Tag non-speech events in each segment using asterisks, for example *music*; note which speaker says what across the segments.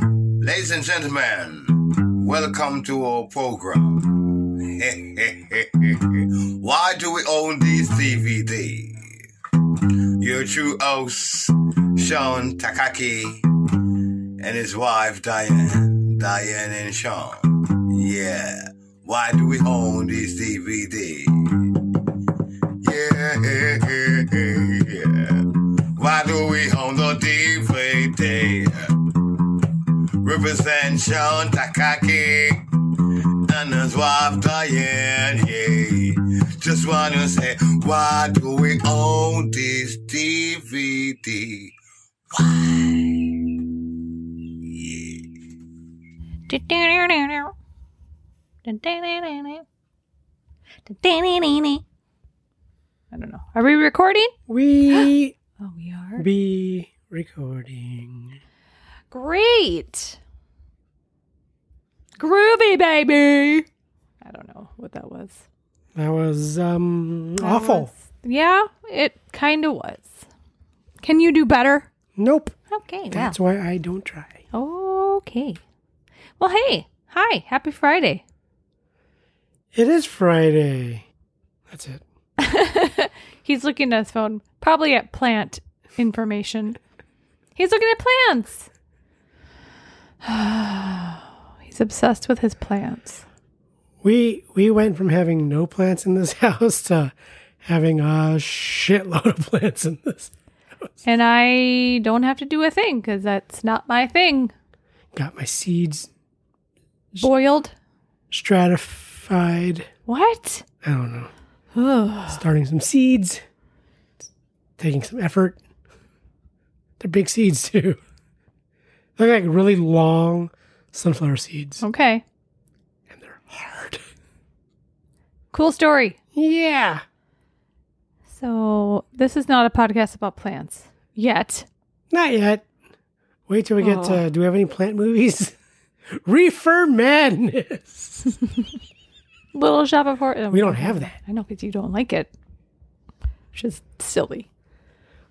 Speaker 1: Ladies and gentlemen, welcome to our program. *laughs* Why do we own these DVDs? Your true host, Sean Takaki, and his wife, Diane. Diane and Sean. Yeah. Why do we own these DVDs? *laughs* Yeah. Why do we own the DVD? Represent Sean Takaki and his wife Diane. Yeah. Just wanna say, why do we own this DVD?
Speaker 2: I don't know. Are we recording?
Speaker 3: We
Speaker 2: Oh, we are.
Speaker 3: be recording.
Speaker 2: Great. Groovy, baby. I don't know what that was.
Speaker 3: That was um
Speaker 2: That
Speaker 3: awful.
Speaker 2: was- yeah, it kind of was. Can you do better?
Speaker 3: Nope.
Speaker 2: Okay, well.
Speaker 3: That's why I don't try.
Speaker 2: Okay. Well, hey. Hi. Happy Friday.
Speaker 3: It is Friday. That's it.
Speaker 2: He's looking at his phone, probably at plant information. He's looking at plants. *sighs* He's obsessed with his plants.
Speaker 3: We we went from having no plants in this *laughs* house to having a shitload of plants in this.
Speaker 2: And I don't have to do a thing because that's not my thing.
Speaker 3: Got my seeds
Speaker 2: Boiled.
Speaker 3: stratified.
Speaker 2: What?
Speaker 3: I don't know.
Speaker 2: *sighs* Ugh.
Speaker 3: Starting some seeds. Taking some effort. They're big seeds *laughs* too. They're like really long sunflower seeds.
Speaker 2: Okay.
Speaker 3: and they're hard. *laughs*
Speaker 2: Cool story.
Speaker 3: Yeah.
Speaker 2: So, this is not a podcast about plants yet.
Speaker 3: Not yet. Wait till we get
Speaker 2: Oh.
Speaker 3: to. Do we have any plant movies? *laughs* Reefer Madness. *laughs*
Speaker 2: Little shop of horrors.
Speaker 3: We don't have that.
Speaker 2: I know because you don't like it, which is silly.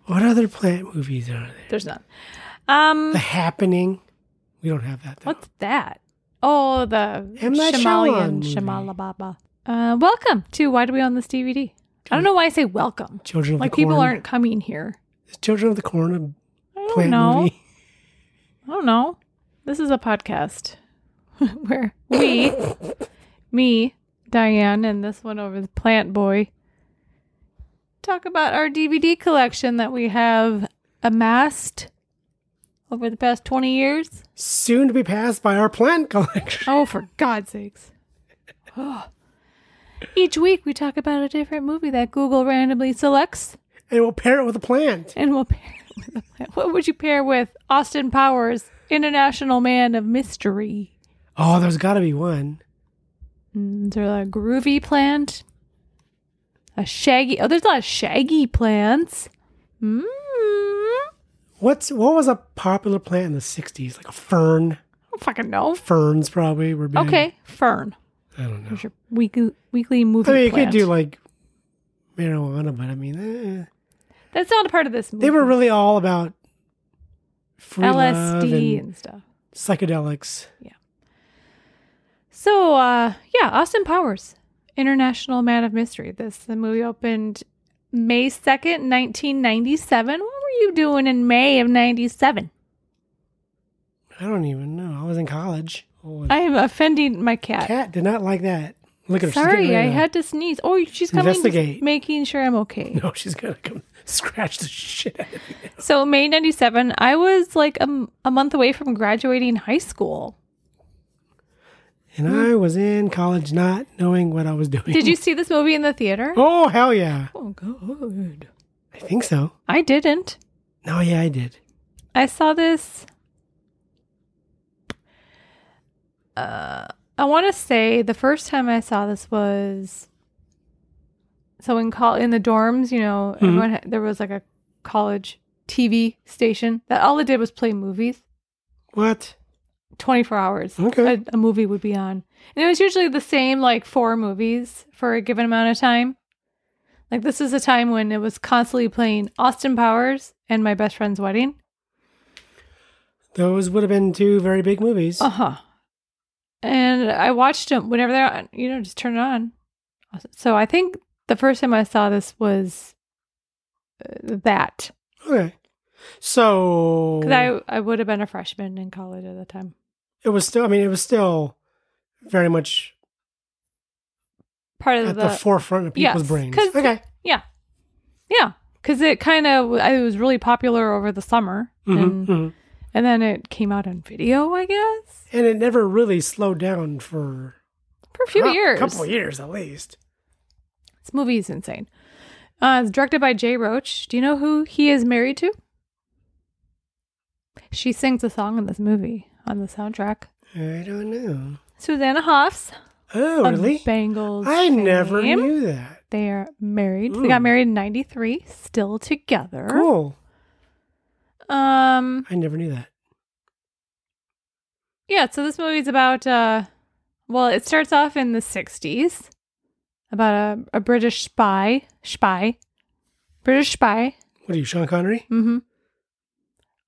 Speaker 3: What other plant movies are there?
Speaker 2: There's none. Um,
Speaker 3: The Happening. We don't have that. Though.
Speaker 2: What's that? Oh, the
Speaker 3: M. Night
Speaker 2: Shyamalan
Speaker 3: Shyamalan movie.
Speaker 2: Shamalababa. Uh, welcome to Why Do We Own This DVD? I don't know why I say welcome.
Speaker 3: Children of
Speaker 2: Like
Speaker 3: the Corn.
Speaker 2: people aren't coming here.
Speaker 3: Is Children of the Corn
Speaker 2: I
Speaker 3: a
Speaker 2: don't
Speaker 3: plant
Speaker 2: know.
Speaker 3: movie?
Speaker 2: I don't know. This is a podcast *laughs* where
Speaker 3: *laughs*
Speaker 2: we, me, Diane, and this one over the plant boy talk about our DVD collection that we have amassed over the past 20 years.
Speaker 3: Soon to be passed by our plant *laughs* collection.
Speaker 2: Oh, for God's sakes. Ugh. Each week we talk about a different movie that Google randomly selects
Speaker 3: And we'll pair it with a plant.
Speaker 2: and we'll pair it with a plan. *laughs* What would you pair with Austin Powers, International Man of Mystery?
Speaker 3: Oh, there's got to be one.
Speaker 2: Mm, Is there a groovy plant? A shaggy. Oh, there's a lot of shaggy plants. Mm. I
Speaker 3: What's What was a popular plant in the 60s? Like a fern.
Speaker 2: don't fucking know.
Speaker 3: Ferns probably were big.
Speaker 2: Okay, fern.
Speaker 3: I don't know.
Speaker 2: There's your weekly weekly movie.
Speaker 3: I mean, you
Speaker 2: plant.
Speaker 3: could do like marijuana, but I mean, eh.
Speaker 2: That's not a part of this movie.
Speaker 3: they were really all about free love
Speaker 2: LSD
Speaker 3: and
Speaker 2: and stuff.
Speaker 3: psychedelics.
Speaker 2: So, uh, yeah, Austin Powers, International Man of Mystery. This the movie opened May second, nineteen ninety seven. What were you doing in May of ninety seven?
Speaker 3: I don't even know. I was in college. Oh,
Speaker 2: I am offending my cat.
Speaker 3: cat did not like that. Look at her. she's getting
Speaker 2: Uh, Sorry,
Speaker 3: rid
Speaker 2: I
Speaker 3: of that.
Speaker 2: had to sneeze. Oh, she's coming, just
Speaker 3: Investigate.
Speaker 2: making sure I'm okay.
Speaker 3: *laughs* No, she's gonna come scratch the shit out of me.
Speaker 2: So May ninety seven, I was like a, m- a month away from graduating high school.
Speaker 3: And I was in college, not knowing what I was doing.
Speaker 2: Hmm.
Speaker 3: *laughs*
Speaker 2: Did you see this movie in the theater?
Speaker 3: Oh hell yeah!
Speaker 2: Oh, good.
Speaker 3: I think so.
Speaker 2: I didn't.
Speaker 3: No, yeah, I did.
Speaker 2: I saw this. Uh, I want to say the first time I saw this was so in call in the dorms. You know, everyone had, there was like a college TV station that all it did was play movies.
Speaker 3: What?
Speaker 2: 24 hours
Speaker 3: Okay.
Speaker 2: a, a movie would be on and it was usually the same like four movies for a given amount of time like this is a time when it was constantly playing austin powers and my best friend's wedding
Speaker 3: Those would have been two very big movies.
Speaker 2: Uh huh. And I watched them whenever they're on, you know, just turn it on. So I think the first time I saw this was uh, that.
Speaker 3: Okay. So
Speaker 2: Because I, I would have been a freshman in college at the time.
Speaker 3: it was still, I mean, it was still very much
Speaker 2: Part of
Speaker 3: at the, forefront of people's
Speaker 2: Yes,
Speaker 3: brains.
Speaker 2: 'cause- *laughs*
Speaker 3: Okay.
Speaker 2: Yeah. Yeah. Because it kind of it was really popular over the summer,
Speaker 3: Mhm,
Speaker 2: and
Speaker 3: mhm.
Speaker 2: and then it came out on video, I guess,
Speaker 3: And it never really slowed down for
Speaker 2: for a few
Speaker 3: cou-
Speaker 2: years.
Speaker 3: couple of years at least.
Speaker 2: This movie is insane. Uh, it's directed by Jay Roach. Do you know who he is married to? She sings a song in this movie on the soundtrack.
Speaker 3: I don't know.
Speaker 2: Susanna Hoffs.
Speaker 3: Oh,
Speaker 2: of
Speaker 3: really?
Speaker 2: Bangles.
Speaker 3: I never
Speaker 2: fame.
Speaker 3: knew that.
Speaker 2: They are married. They
Speaker 3: Ooh.
Speaker 2: got married in 93, still together.
Speaker 3: Cool.
Speaker 2: Um,
Speaker 3: I never knew that.
Speaker 2: Yeah, so this movie's about uh well, it starts off in the 60s about a, a British spy, spy. British spy.
Speaker 3: What are you, Sean Connery?
Speaker 2: Mhm.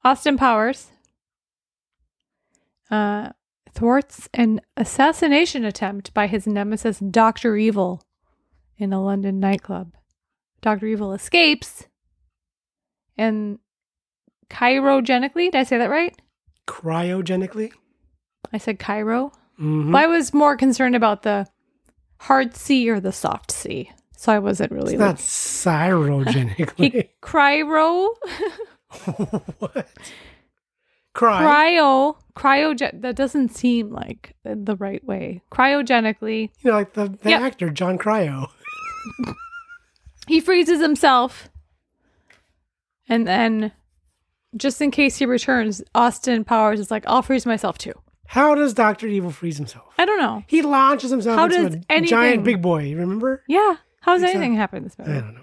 Speaker 2: Austin Powers uh thwarts an assassination attempt by his nemesis Dr. Evil in a London nightclub. Dr. Evil escapes and chirogenically, did I say that right?
Speaker 3: Cryogenically?
Speaker 2: I said Cairo.
Speaker 3: Mhm.
Speaker 2: Well, I was more concerned about the hard C or the soft C. So I wasn't really.
Speaker 3: It's not
Speaker 2: like- *laughs*
Speaker 3: cyrogenically.
Speaker 2: he cryo,
Speaker 3: *laughs* what? Cry.
Speaker 2: cryo, cryogen. That doesn't seem like the right way. Cryogenically,
Speaker 3: You know, like the, the
Speaker 2: Yep.
Speaker 3: actor, John Cryo.
Speaker 2: he freezes himself, and then, just in case he returns, Austin Powers is like, "I'll freeze myself too."
Speaker 3: How does Dr. Evil freeze himself?
Speaker 2: I don't know.
Speaker 3: He launches himself
Speaker 2: How
Speaker 3: into
Speaker 2: does
Speaker 3: a
Speaker 2: anything-
Speaker 3: giant big boy, remember?
Speaker 2: Yeah, how does
Speaker 3: Exactly.
Speaker 2: anything happen in this
Speaker 3: I
Speaker 2: movie?
Speaker 3: don't know.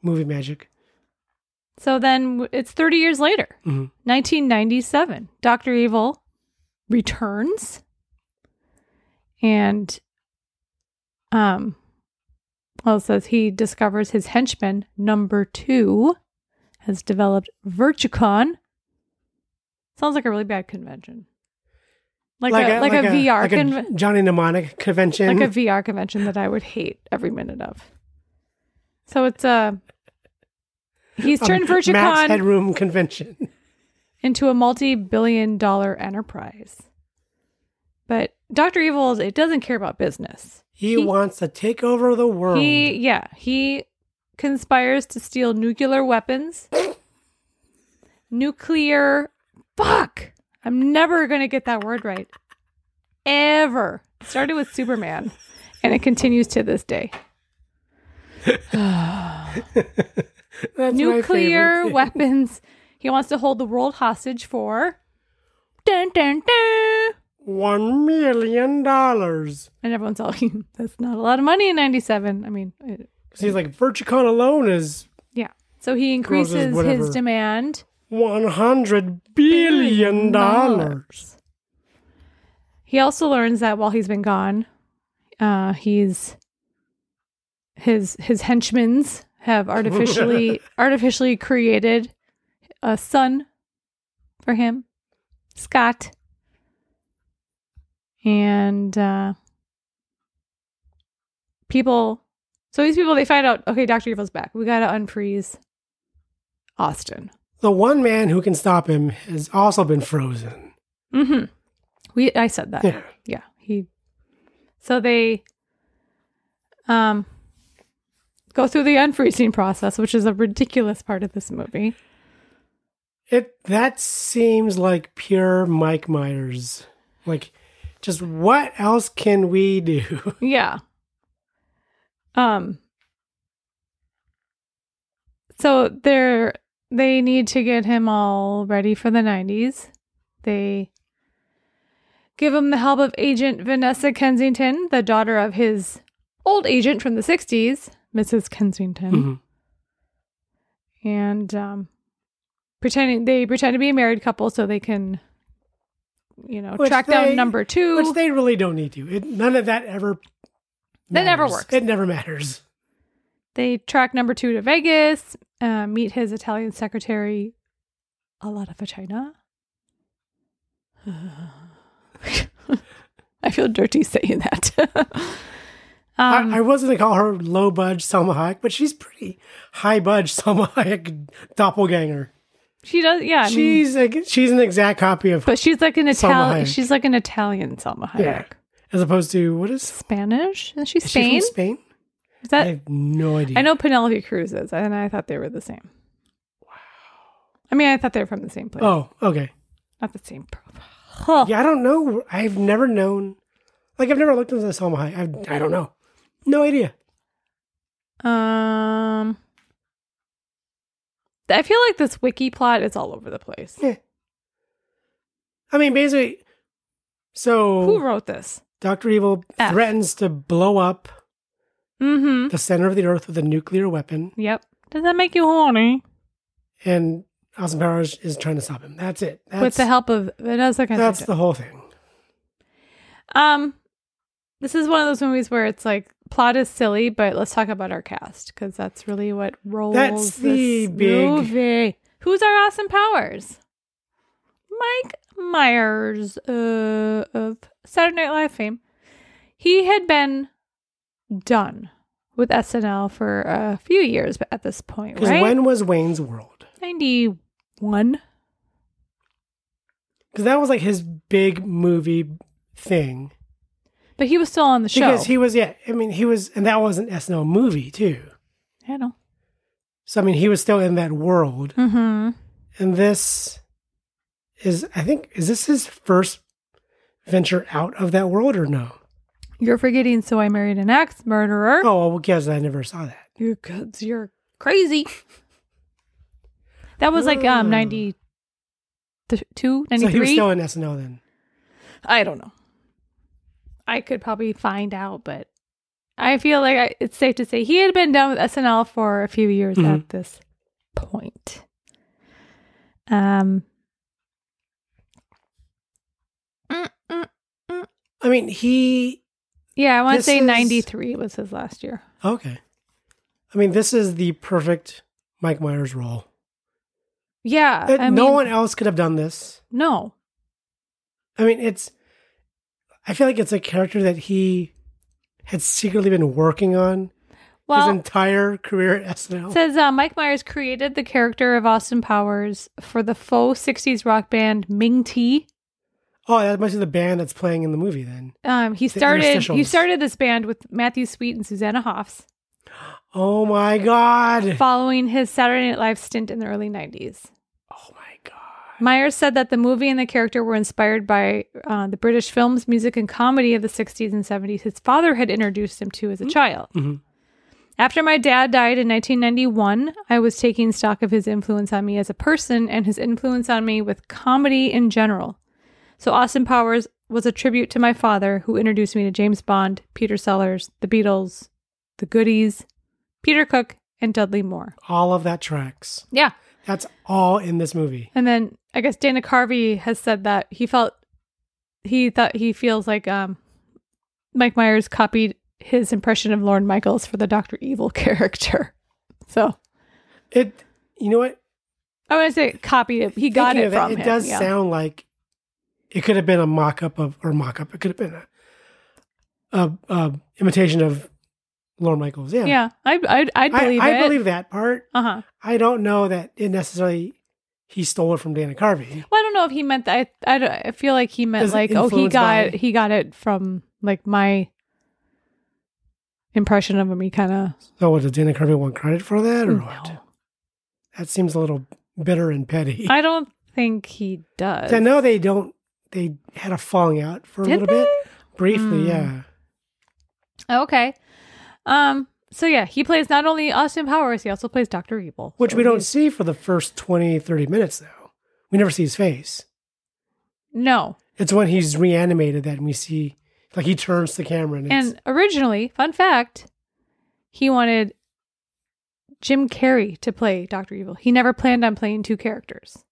Speaker 3: Movie magic.
Speaker 2: So then w- it's 30 years later.
Speaker 3: Mhm.
Speaker 2: 1997, Dr. Evil returns and um well it says he discovers his henchman number 2 has developed Virtucon. Sounds like a really bad convention. Like, a, like, a, VR
Speaker 3: like
Speaker 2: convention
Speaker 3: a Johnny Mnemonic convention.
Speaker 2: like a VR convention that I would hate every minute of. So it's uh, he's turned
Speaker 3: Max
Speaker 2: VirtuCon
Speaker 3: Headroom
Speaker 2: *laughs*
Speaker 3: convention.
Speaker 2: into a multi-billion-dollar enterprise. But Doctor Evil, it doesn't care about business.
Speaker 3: He,
Speaker 2: He-
Speaker 3: wants to take over the world.
Speaker 2: He yeah he conspires to steal nuclear weapons, nuclear. Fuck! I'm never gonna get that word right. Ever It started with Superman, and it continues to this day.
Speaker 3: That's my
Speaker 2: nuclear
Speaker 3: favorite. *laughs*
Speaker 2: weapons. He wants to hold the world hostage for. Dun, dun, dun.
Speaker 3: One million dollars.
Speaker 2: And everyone's *laughs* all, that's not a lot of money in 97. I mean, it,
Speaker 3: Because he's like, Virtucon alone is
Speaker 2: yeah. So he increases his
Speaker 3: whatever.
Speaker 2: demand.
Speaker 3: one hundred billion dollars.
Speaker 2: He also learns that while he's been gone, uh, he's his his henchmen's have artificially artificially created a son for him, Scott, and uh, people. So these people they find out okay, Doctor Evil's back. We gotta unfreeze Austin.
Speaker 3: The one man who can stop him has also been frozen.
Speaker 2: Mm-hmm. We I said that.
Speaker 3: Yeah.
Speaker 2: Yeah, he. So they, um, go through the unfreezing process, which is a ridiculous part of this movie.
Speaker 3: It that seems like pure Mike Myers. Like, just what else can we do? *laughs*
Speaker 2: Yeah. Um. So they're they need to get him all ready for the nineties. They give him the help of agent Vanessa Kensington, the daughter of his old agent from the sixties, Mrs. Kensington.
Speaker 3: Mhm.
Speaker 2: and um, pretending they pretend to be a married couple so they can, you know,
Speaker 3: Which
Speaker 2: track
Speaker 3: they-
Speaker 2: down number two.
Speaker 3: Which they really don't need to. It, none of that ever.
Speaker 2: That never
Speaker 3: matters.
Speaker 2: works.
Speaker 3: It never matters.
Speaker 2: they track number two to Vegas, uh, meet his Italian secretary, a lot of a China, *laughs* I feel dirty saying that. *laughs* um,
Speaker 3: I, I was gonna call her low budge Selma Hayek, but she's pretty high budge Selma Hayek *laughs* doppelganger.
Speaker 2: she does, yeah. I mean,
Speaker 3: she's like she's an exact copy of
Speaker 2: but she's like an
Speaker 3: Salma
Speaker 2: Italian.
Speaker 3: Hayek.
Speaker 2: She's like an Italian Selma Hayek.
Speaker 3: Yeah. as opposed to what is,
Speaker 2: Spanish? Is she
Speaker 3: is she
Speaker 2: Spain?
Speaker 3: from Spain?
Speaker 2: Is
Speaker 3: I
Speaker 2: that
Speaker 3: have no idea.
Speaker 2: I know Penelope Cruz is, and I thought they were the same. Wow. I mean, I thought they were from the same place,
Speaker 3: Oh, okay.
Speaker 2: not the same profile. Huh.
Speaker 3: Yeah, I don't know. I've never known. Like I've never looked into Selma Hayek. I, I don't know. No idea.
Speaker 2: Um, I feel like this wiki plot is all over the place.
Speaker 3: Yeah. Eh. I mean, basically,
Speaker 2: Who
Speaker 3: so
Speaker 2: wrote this?
Speaker 3: Doctor Evil
Speaker 2: F.
Speaker 3: threatens to blow up
Speaker 2: Mm-hmm.
Speaker 3: the center of the Earth with a nuclear weapon,
Speaker 2: Yep. Does that make you horny?
Speaker 3: and Austin Powers is trying to stop him. That's it. That's,
Speaker 2: With the help of another kind
Speaker 3: That's the whole thing.
Speaker 2: um. This is one of those movies where it's like plot is silly, but let's talk about our cast because that's really what rolls
Speaker 3: the
Speaker 2: this
Speaker 3: big-
Speaker 2: movie. Who's our Austin Powers? Mike Myers uh, of Saturday Night Live fame. He had been done with SNL for a few years, but at this point,
Speaker 3: Because
Speaker 2: right?
Speaker 3: when was Wayne's World?
Speaker 2: Ninety-one.
Speaker 3: Because that was like his big movie thing.
Speaker 2: But he was still on the show.
Speaker 3: Because he was, yeah. I mean, he was, and that was an SNL movie too.
Speaker 2: I know.
Speaker 3: So I mean, he was still in that world.
Speaker 2: Mm-hmm.
Speaker 3: and this is i think is this his first venture out of that world or no
Speaker 2: You're forgetting. So I married an ex murderer.
Speaker 3: oh well yes i never saw that
Speaker 2: You're cause you're crazy. That was like um
Speaker 3: Oh.
Speaker 2: 92, 93?
Speaker 3: so he was still in snl then
Speaker 2: I don't know. I could probably find out, but I feel like I, it's safe to say he had been done with SNL for a few years
Speaker 3: Mhm.
Speaker 2: at this point. Um, mm, mm,
Speaker 3: i mean he
Speaker 2: yeah, I want to
Speaker 3: This
Speaker 2: say
Speaker 3: is-
Speaker 2: 93 was his last year.
Speaker 3: okay i mean this is the perfect mike myers role
Speaker 2: Yeah,
Speaker 3: That-
Speaker 2: Uh, I
Speaker 3: no
Speaker 2: mean,
Speaker 3: one else could have done this
Speaker 2: No,
Speaker 3: i mean it's i feel like it's a character that he had secretly been working on
Speaker 2: well,
Speaker 3: his entire career at snl
Speaker 2: It says uh, Mike Myers created the character of Austin Powers for the faux 60s rock band Ming Ti.
Speaker 3: oh that must be the band that's playing in the movie then
Speaker 2: Um, he
Speaker 3: The
Speaker 2: started he
Speaker 3: Interstitials.
Speaker 2: started this band with Matthew Sweet and Susanna Hoffs
Speaker 3: oh my god
Speaker 2: following his Saturday Night Live stint in the early 90s.
Speaker 3: oh my god
Speaker 2: Myers said that the movie and the character were inspired by uh, the British films, music, and comedy of the 60s and 70s his father had introduced him to as a child.
Speaker 3: Mhm.
Speaker 2: After my dad died in 1991, I was taking stock of his influence on me as a person and his influence on me with comedy in general. So Austin Powers was a tribute to my father, who introduced me to James Bond, Peter Sellers, the Beatles, the Goodies, Peter Cook, and Dudley Moore.
Speaker 3: all of that tracks
Speaker 2: Yeah.
Speaker 3: That's all in this movie.
Speaker 2: And then I guess Dana Carvey has said that he felt he thought he feels like um Mike Myers copied his impression of Lorne Michaels for the Doctor Evil *laughs* character. So
Speaker 3: It, you know what?
Speaker 2: I want to say copied it. He got
Speaker 3: Thinking
Speaker 2: it
Speaker 3: of that,
Speaker 2: from
Speaker 3: it
Speaker 2: him.
Speaker 3: does
Speaker 2: yeah.
Speaker 3: sound like it could have been a mock-up of or mock-up. It could have been a, a, a imitation of Lorne Michaels. Yeah,
Speaker 2: yeah, I I I believe
Speaker 3: I,
Speaker 2: it.
Speaker 3: believe that part.
Speaker 2: Uh huh.
Speaker 3: I don't know that it necessarily he stole it from Dana Carvey.
Speaker 2: Well, I don't know if he meant that. I, I, don't- I feel like he meant
Speaker 3: Is it
Speaker 2: like oh he
Speaker 3: influenced
Speaker 2: got
Speaker 3: by-
Speaker 2: he got it from like my impression of him. He kind of
Speaker 3: So, what does Dana Carvey want credit for that, or
Speaker 2: No.
Speaker 3: what? That seems a little bitter and petty. *laughs*
Speaker 2: I don't think he does.
Speaker 3: I know they don't. They had a falling out for a
Speaker 2: Did
Speaker 3: little
Speaker 2: they?
Speaker 3: bit, briefly.
Speaker 2: Mm.
Speaker 3: Yeah.
Speaker 2: Okay. Um. So yeah, he plays not only Austin Powers, he also plays Doctor Evil,
Speaker 3: which
Speaker 2: So
Speaker 3: we don't
Speaker 2: he's-
Speaker 3: see for the first 20 30 minutes though we never see his face
Speaker 2: No.
Speaker 3: it's when he's reanimated that we see like he turns to the camera and, it's,
Speaker 2: And originally, fun fact, he wanted Jim Carrey to play Doctor Evil. He never planned on playing two characters.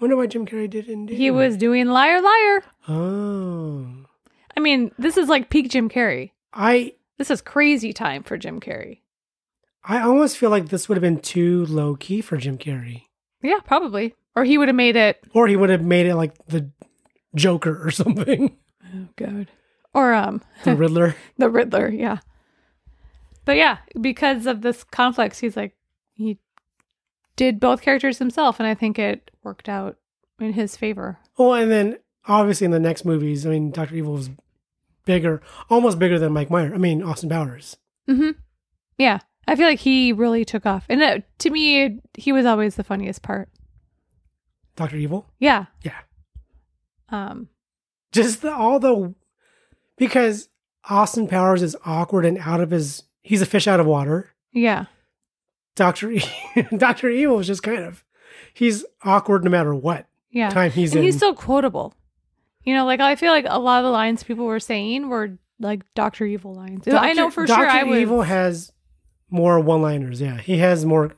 Speaker 3: I wonder why jim carrey didn't do
Speaker 2: He
Speaker 3: it.
Speaker 2: was doing Liar Liar.
Speaker 3: oh
Speaker 2: I mean, this is like peak Jim Carrey.
Speaker 3: i
Speaker 2: This is crazy time for Jim Carrey.
Speaker 3: i almost feel like this would have been too low key for jim carrey
Speaker 2: Yeah, probably. Or he would have made it
Speaker 3: or he would have made it like the Joker or *laughs* something.
Speaker 2: Oh, God. Or um, *laughs*
Speaker 3: The Riddler.
Speaker 2: the Riddler, yeah. But yeah, because of this conflicts, he's like he did both characters himself, and I think it worked out in his favor.
Speaker 3: Well, and then obviously in the next movies, I mean, Doctor Evil was bigger, almost bigger than Mike Myers. I mean, Austin Powers.
Speaker 2: hmm Yeah, I feel like he really took off, and it, to me, he was always the funniest part.
Speaker 3: Doctor Evil,
Speaker 2: Yeah.
Speaker 3: Yeah.
Speaker 2: Um.
Speaker 3: just the, all the because Austin Powers is awkward and out of his. He's a fish out of water.
Speaker 2: Yeah.
Speaker 3: Doctor e, *laughs* Doctor Evil is just kind of he's awkward no matter what
Speaker 2: Yeah.
Speaker 3: time he's
Speaker 2: and
Speaker 3: in.
Speaker 2: he's so quotable. You know, like I feel like a lot of the lines people were saying were like Doctor Evil lines. I know
Speaker 3: Dr.
Speaker 2: for
Speaker 3: Dr.
Speaker 2: sure I was.
Speaker 3: Evil has more one-liners. Yeah, he has more.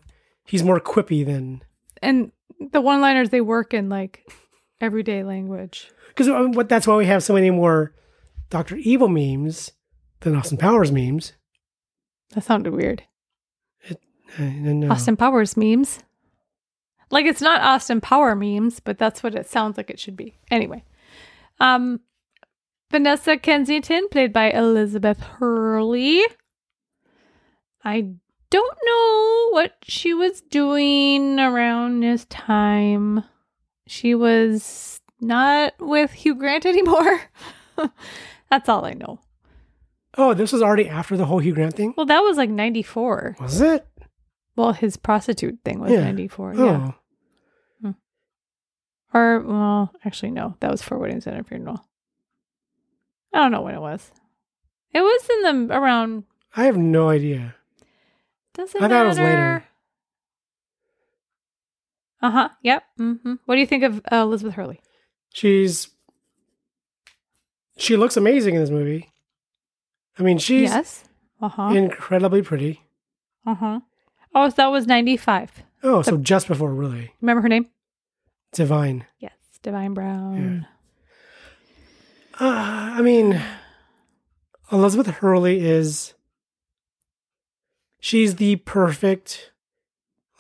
Speaker 3: He's more quippy than
Speaker 2: and the one liners they work in like everyday language.
Speaker 3: because what that's why we have so many more Doctor Evil memes than Austin Powers memes.
Speaker 2: That sounded weird.
Speaker 3: I don't know.
Speaker 2: Austin Powers memes. Like it's not Austin Power memes, but that's what it sounds like it should be. Anyway. Um Vanessa Kensington played by Elizabeth Hurley. I don't know what she was doing around this time. She was not with Hugh Grant *laughs* anymore. that's all I know.
Speaker 3: Oh, this was already after the whole Hugh Grant thing.
Speaker 2: Well, that was like 94.
Speaker 3: Was it?
Speaker 2: Well, his prostitute thing was
Speaker 3: Yeah.
Speaker 2: 94.
Speaker 3: Oh,
Speaker 2: Yeah. Or well, actually no, that was for weddings and a funeral. I don't know when it was. It was in the around.
Speaker 3: I have no idea.
Speaker 2: Doesn't
Speaker 3: I
Speaker 2: matter.
Speaker 3: thought it was later.
Speaker 2: Uh huh. Yep. hmm What do you think of uh, Elizabeth Hurley?
Speaker 3: She's she looks amazing in this movie. I mean, she's
Speaker 2: yes. Uh huh.
Speaker 3: incredibly pretty.
Speaker 2: uh huh. Oh, so that was ninety five.
Speaker 3: Oh, so just before really
Speaker 2: Remember her name?
Speaker 3: divine.
Speaker 2: Yes, Divine Brown.
Speaker 3: Uh, I mean, Elizabeth Hurley is. She's the perfect,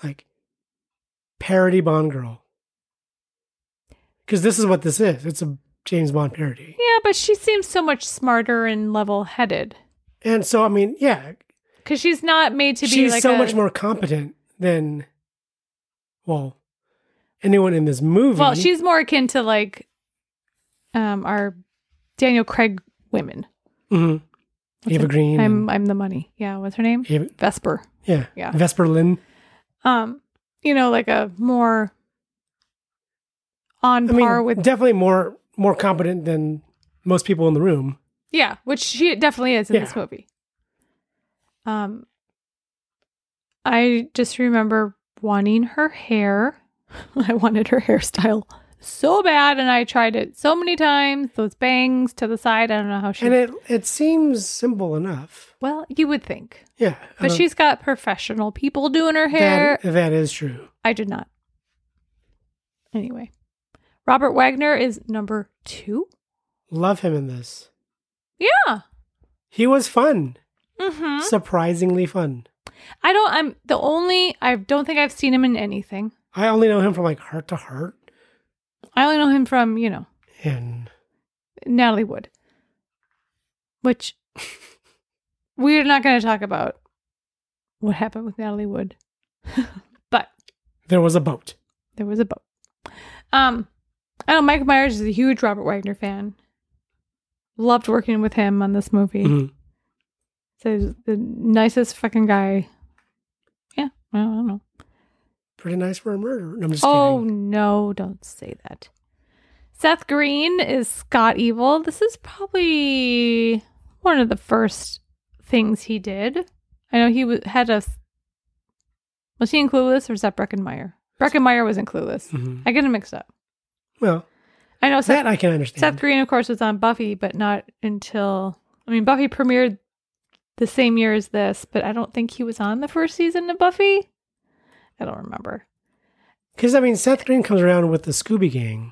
Speaker 3: like, parody Bond girl. Because this is what this is. It's a James Bond parody.
Speaker 2: Yeah. but she seems so much smarter and level headed
Speaker 3: And so, I mean, yeah,
Speaker 2: because she's not made to be
Speaker 3: she's
Speaker 2: like
Speaker 3: so
Speaker 2: a-
Speaker 3: much more competent than, well, anyone in this *laughs* movie.
Speaker 2: Well, she's more akin to like um our Daniel Craig women.
Speaker 3: Mhm.
Speaker 2: What's
Speaker 3: Ava
Speaker 2: her-
Speaker 3: Green.
Speaker 2: I'm I'm the money. Yeah, what's her name?
Speaker 3: and Ava,
Speaker 2: Vesper.
Speaker 3: yeah.
Speaker 2: Yeah.
Speaker 3: Vesper Lynn.
Speaker 2: Um, you know, like a more on
Speaker 3: I
Speaker 2: par
Speaker 3: mean,
Speaker 2: with
Speaker 3: definitely more more competent than most people in the room.
Speaker 2: yeah, which she definitely is in this
Speaker 3: Yeah.
Speaker 2: movie. Um, I just remember wanting her hair. *laughs* I wanted her hairstyle so bad, and I tried it so many times. Those bangs to the side. I don't know how she.
Speaker 3: And it it seems simple enough.
Speaker 2: well, you would think.
Speaker 3: Yeah.
Speaker 2: But
Speaker 3: um,
Speaker 2: she's got professional people doing her hair.
Speaker 3: that, that is true.
Speaker 2: I did not. Anyway, Robert Wagner is number two.
Speaker 3: Love him in this.
Speaker 2: Yeah.
Speaker 3: He was fun.
Speaker 2: Mm-hmm.
Speaker 3: Surprisingly fun.
Speaker 2: I don't. I'm the only. I don't think I've seen him in anything.
Speaker 3: I only know him from like heart to heart
Speaker 2: I only know him from you know
Speaker 3: and
Speaker 2: Natalie Wood, which *laughs* we're not going to talk about what happened with Natalie Wood, *laughs* but
Speaker 3: there was a boat.
Speaker 2: there was a boat. Um, I know Mike Myers is a huge Robert Wagner fan. Loved working with him on this movie.
Speaker 3: Mhm.
Speaker 2: So he's the nicest fucking guy. Yeah, well, I don't know.
Speaker 3: Pretty nice for a murder. No, I'm just
Speaker 2: Oh
Speaker 3: kidding.
Speaker 2: no, don't say that. Seth Green is Scott Evil. This is probably one of the first things he did. I know he w- had a. s- Was he in Clueless or is that Breckenmeyer? Breckenmeyer was in Clueless.
Speaker 3: Mhm.
Speaker 2: I get him mixed up.
Speaker 3: Well,
Speaker 2: I know Seth
Speaker 3: that I can understand.
Speaker 2: Seth Green, of course, was on Buffy, but not until I mean, Buffy premiered the same year as this, but I don't think he was on the first season of Buffy. I don't remember.
Speaker 3: Because I mean, Seth Green comes around with the Scooby Gang.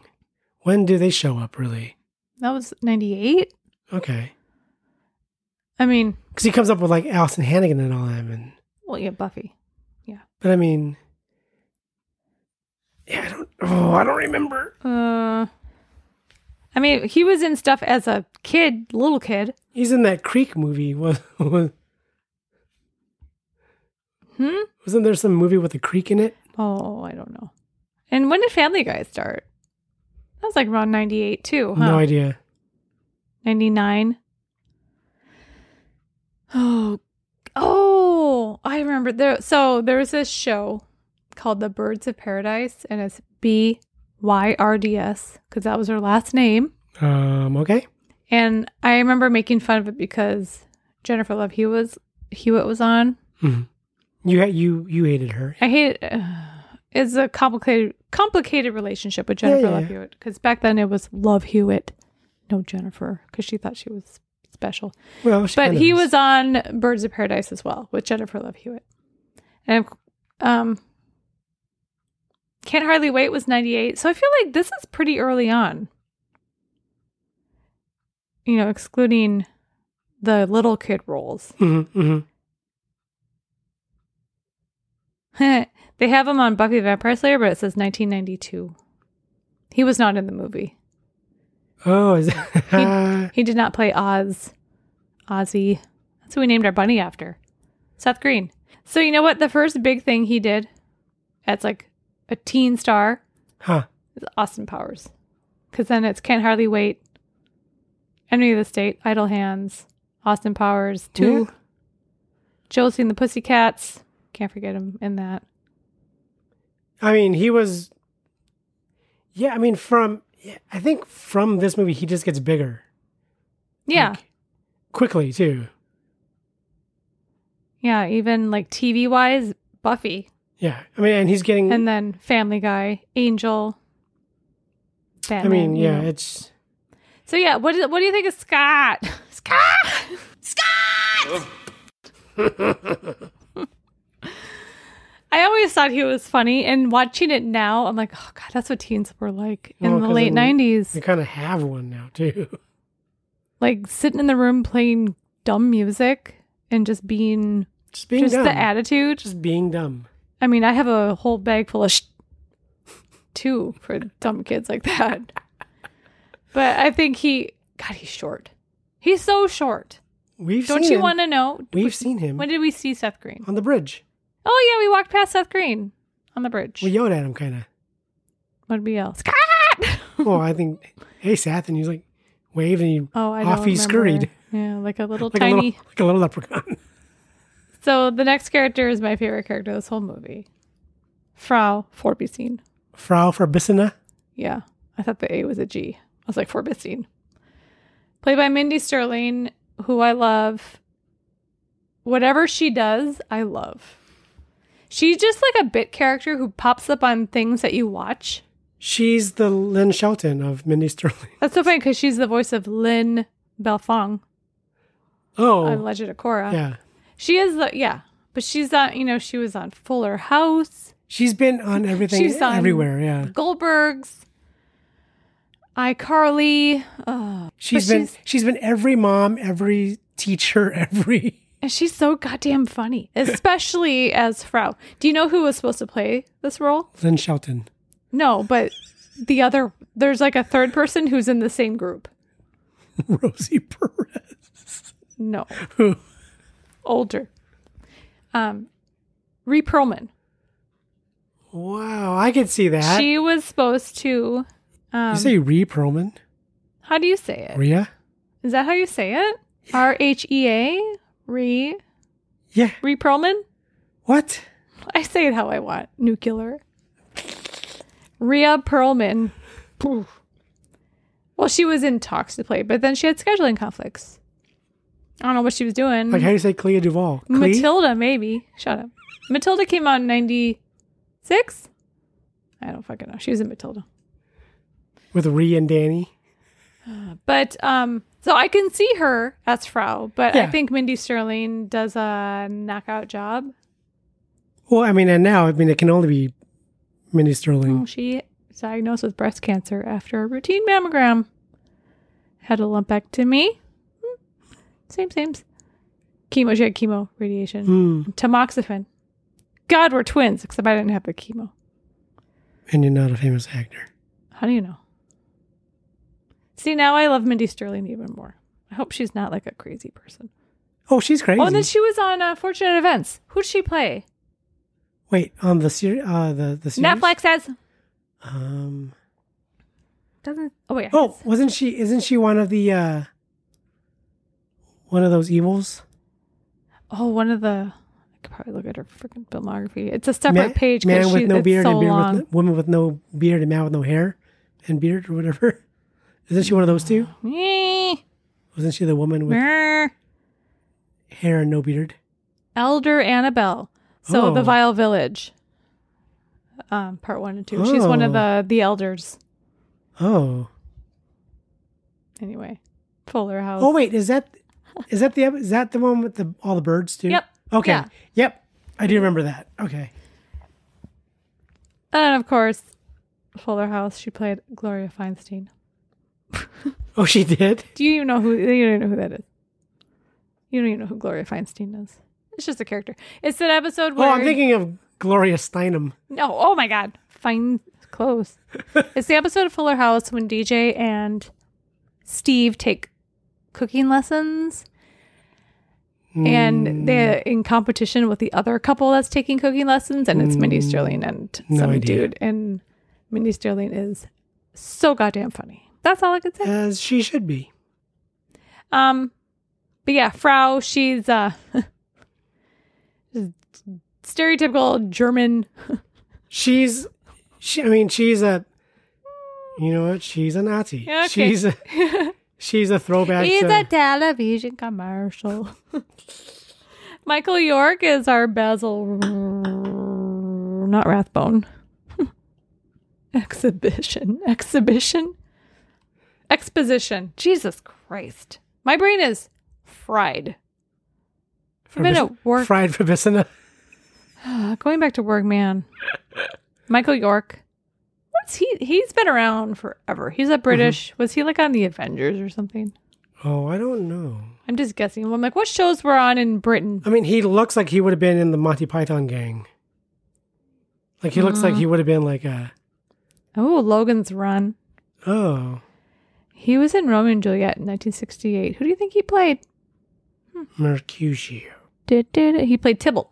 Speaker 3: When do they show up, really?
Speaker 2: That was '98.
Speaker 3: Okay,
Speaker 2: I mean,
Speaker 3: because he comes up with like Allison Hannigan and all them, and
Speaker 2: well, yeah, Buffy.
Speaker 3: but I mean, yeah, I don't. Oh, I don't remember.
Speaker 2: Uh, I I mean, he was in stuff as a kid, little kid.
Speaker 3: He's in that Creek movie. *laughs* Was, was
Speaker 2: Hmm?
Speaker 3: wasn't there some movie with a creek in it?
Speaker 2: Oh, I don't know. And when did Family Guy start? That was like around 98 too, huh?
Speaker 3: No idea.
Speaker 2: 99. Oh, oh, I remember there. So there was this show called The Birds of Paradise, and it's B Y R D S because that was her last name.
Speaker 3: Um. Okay.
Speaker 2: And I remember making fun of it because Jennifer Love Hewitt was, Hewitt was on.
Speaker 3: You ha- you you hated her.
Speaker 2: I hate *sighs* uh, it's a complicated complicated relationship with Jennifer
Speaker 3: yeah,
Speaker 2: Love
Speaker 3: yeah.
Speaker 2: Hewitt because back then it was Love Hewitt, no Jennifer, because she thought she was special.
Speaker 3: Well, she
Speaker 2: But
Speaker 3: kind of
Speaker 2: he
Speaker 3: is.
Speaker 2: was on Birds of Paradise as well with Jennifer Love Hewitt, and um, Can't Hardly Wait was ninety eight. So I feel like this is pretty early on. You know, excluding the little kid roles. *laughs*
Speaker 3: Mhm, mhm.
Speaker 2: they have him on Buffy the Vampire Slayer, but it says 1992. He was not in the movie.
Speaker 3: Oh, is that,
Speaker 2: He did not play Oz. Ozzy. That's who we named our bunny after. Seth Green. So you know what? The first big thing he did as like a teen star
Speaker 3: *laughs* huh?
Speaker 2: is Austin Powers. Because then it's Can't Hardly Wait, Enemy of the State, Idle Hands, Austin Powers 2,
Speaker 3: Yeah.
Speaker 2: Josie and the Pussycats. Can't forget him in that.
Speaker 3: I mean, he was. Yeah, I mean, from yeah, I think from this movie, he just gets bigger
Speaker 2: Yeah.
Speaker 3: quickly too.
Speaker 2: Yeah, even like TV wise, Buffy,
Speaker 3: Yeah, I mean, and he's getting.
Speaker 2: and then Family Guy, Angel,
Speaker 3: I
Speaker 2: Batman.
Speaker 3: mean,
Speaker 2: you
Speaker 3: yeah,
Speaker 2: know.
Speaker 3: it's
Speaker 2: So yeah, what do, what do you think of Scott? *laughs* Scott, Scott. *laughs* I always thought he was funny, and watching it now, I'm like, oh god, that's what teens were like in
Speaker 3: Well,
Speaker 2: the
Speaker 3: 'cause
Speaker 2: late
Speaker 3: it-
Speaker 2: '90s,
Speaker 3: we kind of have one now too. *laughs*
Speaker 2: like sitting in the room playing dumb music and just being
Speaker 3: Just being
Speaker 2: just
Speaker 3: dumb.
Speaker 2: the attitude,
Speaker 3: just being dumb.
Speaker 2: I mean, I have a whole bag full of sh- too for dumb kids like that. *laughs* But I think he, God, he's short. He's so short.
Speaker 3: We've
Speaker 2: Don't
Speaker 3: seen
Speaker 2: you
Speaker 3: him.
Speaker 2: want to know?
Speaker 3: We've seen him
Speaker 2: When did we see Seth Green?
Speaker 3: on the bridge.
Speaker 2: Oh yeah, we walked past Seth Green on the bridge.
Speaker 3: We yelled at him, kind of.
Speaker 2: *laughs* What did we yell? Scott!
Speaker 3: oh, I think hey Seth, and he's like waved and he
Speaker 2: Oh, I don't
Speaker 3: off he
Speaker 2: remember.
Speaker 3: scurried
Speaker 2: Yeah, like a little
Speaker 3: like
Speaker 2: tiny.
Speaker 3: a little like a little leprechaun. *laughs*
Speaker 2: So the next character is my favorite character of this whole movie, Frau Forbissine.
Speaker 3: Frau Forbissina.
Speaker 2: Yeah. I thought the A was a G. I was like, Forbissine. Played by Mindy Sterling, who I love. Whatever she does, I love. She's just like a bit character who pops up on things that you watch.
Speaker 3: She's the Lynn Shelton of Mindy Sterling. *laughs*
Speaker 2: That's so funny because she's the voice of Lynn Belfong on
Speaker 3: Oh,
Speaker 2: Legend of Korra.
Speaker 3: yeah.
Speaker 2: She is the, yeah. But she's on, you know, she was on Fuller House,
Speaker 3: She's been on everything
Speaker 2: She's on-
Speaker 3: everywhere. Yeah,
Speaker 2: Goldberg's, iCarly. Uh,
Speaker 3: she's
Speaker 2: but
Speaker 3: been
Speaker 2: she's-
Speaker 3: she's been every mom, every teacher, *laughs* every.
Speaker 2: And she's so goddamn
Speaker 3: *laughs*
Speaker 2: funny, especially as Frau. Do you know who was supposed to play this role?
Speaker 3: Lynn Shelton. *laughs*
Speaker 2: No, but the other, there's like a third person who's in the same group.
Speaker 3: Rosie Perez. *laughs*
Speaker 2: No,
Speaker 3: Who?
Speaker 2: older. Um, Ree Perlman.
Speaker 3: Wow, I could see that.
Speaker 2: she was supposed to. Um,
Speaker 3: you say Ree Perlman?
Speaker 2: how do you say it?
Speaker 3: Rhea?
Speaker 2: Is that how you say it? R H E A? Ree?
Speaker 3: Yeah.
Speaker 2: Ree Perlman?
Speaker 3: What?
Speaker 2: I say it how I want. Nuclear. Rhea Perlman. Poof. Well, she was in talks to play, but then she had scheduling conflicts. I don't know what she was doing.
Speaker 3: Like how do you say Clea Duvall? Clea?
Speaker 2: Matilda, maybe. Shut up. Matilda came out in 96? I don't fucking know. She was in Matilda.
Speaker 3: with Rhea and Danny.
Speaker 2: But um, so I can see her as Frau, but I
Speaker 3: Yeah.
Speaker 2: think Mindy Sterling does a knockout job.
Speaker 3: Well, I mean, and now I mean it can only be Mindy Sterling.
Speaker 2: She was diagnosed with breast cancer after a routine mammogram. Had a lumpectomy. Hmm. Same, same. Chemo. She had chemo, radiation,
Speaker 3: Hmm.
Speaker 2: tamoxifen. God, we're twins, except I didn't have the chemo. Oh.
Speaker 3: and you're not a famous actor.
Speaker 2: How do you know? See, now I love Mindy Sterling even more. I hope she's not like a crazy person.
Speaker 3: Oh, she's crazy.
Speaker 2: Oh, and then she was on uh, Fortunate Events. Who'd she play?
Speaker 3: Wait, on the series, uh, the the series.
Speaker 2: Netflix says
Speaker 3: Um.
Speaker 2: doesn't. Oh wait. I
Speaker 3: Oh,
Speaker 2: guess-
Speaker 3: wasn't she? Isn't she one of the uh one of those evils?
Speaker 2: oh, one of the. I could probably look at her freaking filmography. It's a separate
Speaker 3: Ma-
Speaker 2: page
Speaker 3: man
Speaker 2: because
Speaker 3: with
Speaker 2: she
Speaker 3: no
Speaker 2: it's
Speaker 3: beard
Speaker 2: so
Speaker 3: and beard
Speaker 2: long.
Speaker 3: with no, woman with no beard and man with no hair and beard or whatever. *laughs* Isn't she one of those two?
Speaker 2: Meh,
Speaker 3: Wasn't she the woman with
Speaker 2: meh.
Speaker 3: hair and no beard?
Speaker 2: Elder Annabelle. So the
Speaker 3: Oh.
Speaker 2: Vile Village. Um, part one and two. She's one of the the elders.
Speaker 3: Oh.
Speaker 2: Anyway, Fuller House.
Speaker 3: Oh wait, is that is that the ep- is that the one with the all the birds too?
Speaker 2: Yep.
Speaker 3: Okay.
Speaker 2: Yeah.
Speaker 3: Yep. I do remember that. Okay.
Speaker 2: And of course, Fuller House. She played Gloria Feinstein.
Speaker 3: Oh, she did.
Speaker 2: Do you even know who? You don't even know who that is. You don't even know who Gloria Feinstein is. It's just a character. It's an episode
Speaker 3: Oh,
Speaker 2: where
Speaker 3: I'm thinking of Gloria Steinem.
Speaker 2: No, oh my God. Fine
Speaker 3: *laughs*
Speaker 2: clothes. it's the episode of Fuller House when DJ and Steve take cooking lessons.
Speaker 3: Hmm.
Speaker 2: And they're in competition with the other couple that's taking cooking lessons, and it's Mindy Sterling and
Speaker 3: Hmm. No
Speaker 2: some
Speaker 3: idea.
Speaker 2: dude. And Mindy Sterling is so goddamn funny. That's all I could say.
Speaker 3: As she should be.
Speaker 2: Um, but yeah, Frau, she's uh, *laughs* stereotypical German.
Speaker 3: She's, she. I mean, she's a. You know what? She's a Nazi.
Speaker 2: Yeah, okay. *laughs*
Speaker 3: She's a. She's a throwback.
Speaker 2: He's
Speaker 3: to,
Speaker 2: a television commercial. *laughs* Michael York is our Basil, not Rathbone. *laughs* Exhibition, exhibition, exposition. Jesus Christ, my brain is fried. I've been
Speaker 3: Verbis-
Speaker 2: at work.
Speaker 3: fried verbicina.
Speaker 2: Uh, going back to work, man. Michael York. What's he? He's been around forever. He's a British.
Speaker 3: Mm-hmm.
Speaker 2: Was he like on the Avengers or something?
Speaker 3: Oh, I don't know.
Speaker 2: I'm just guessing. Well, I'm like, what shows were on in Britain?
Speaker 3: I mean, he looks like he would have been in the Monty Python gang. Like he looks like
Speaker 2: Uh-huh.
Speaker 3: he would have been like a.
Speaker 2: Oh, Logan's Run.
Speaker 3: Oh,
Speaker 2: He was in Romeo and Juliet in 1968. Who do you think he played?
Speaker 3: Mercutio.
Speaker 2: Did did he played Tybalt?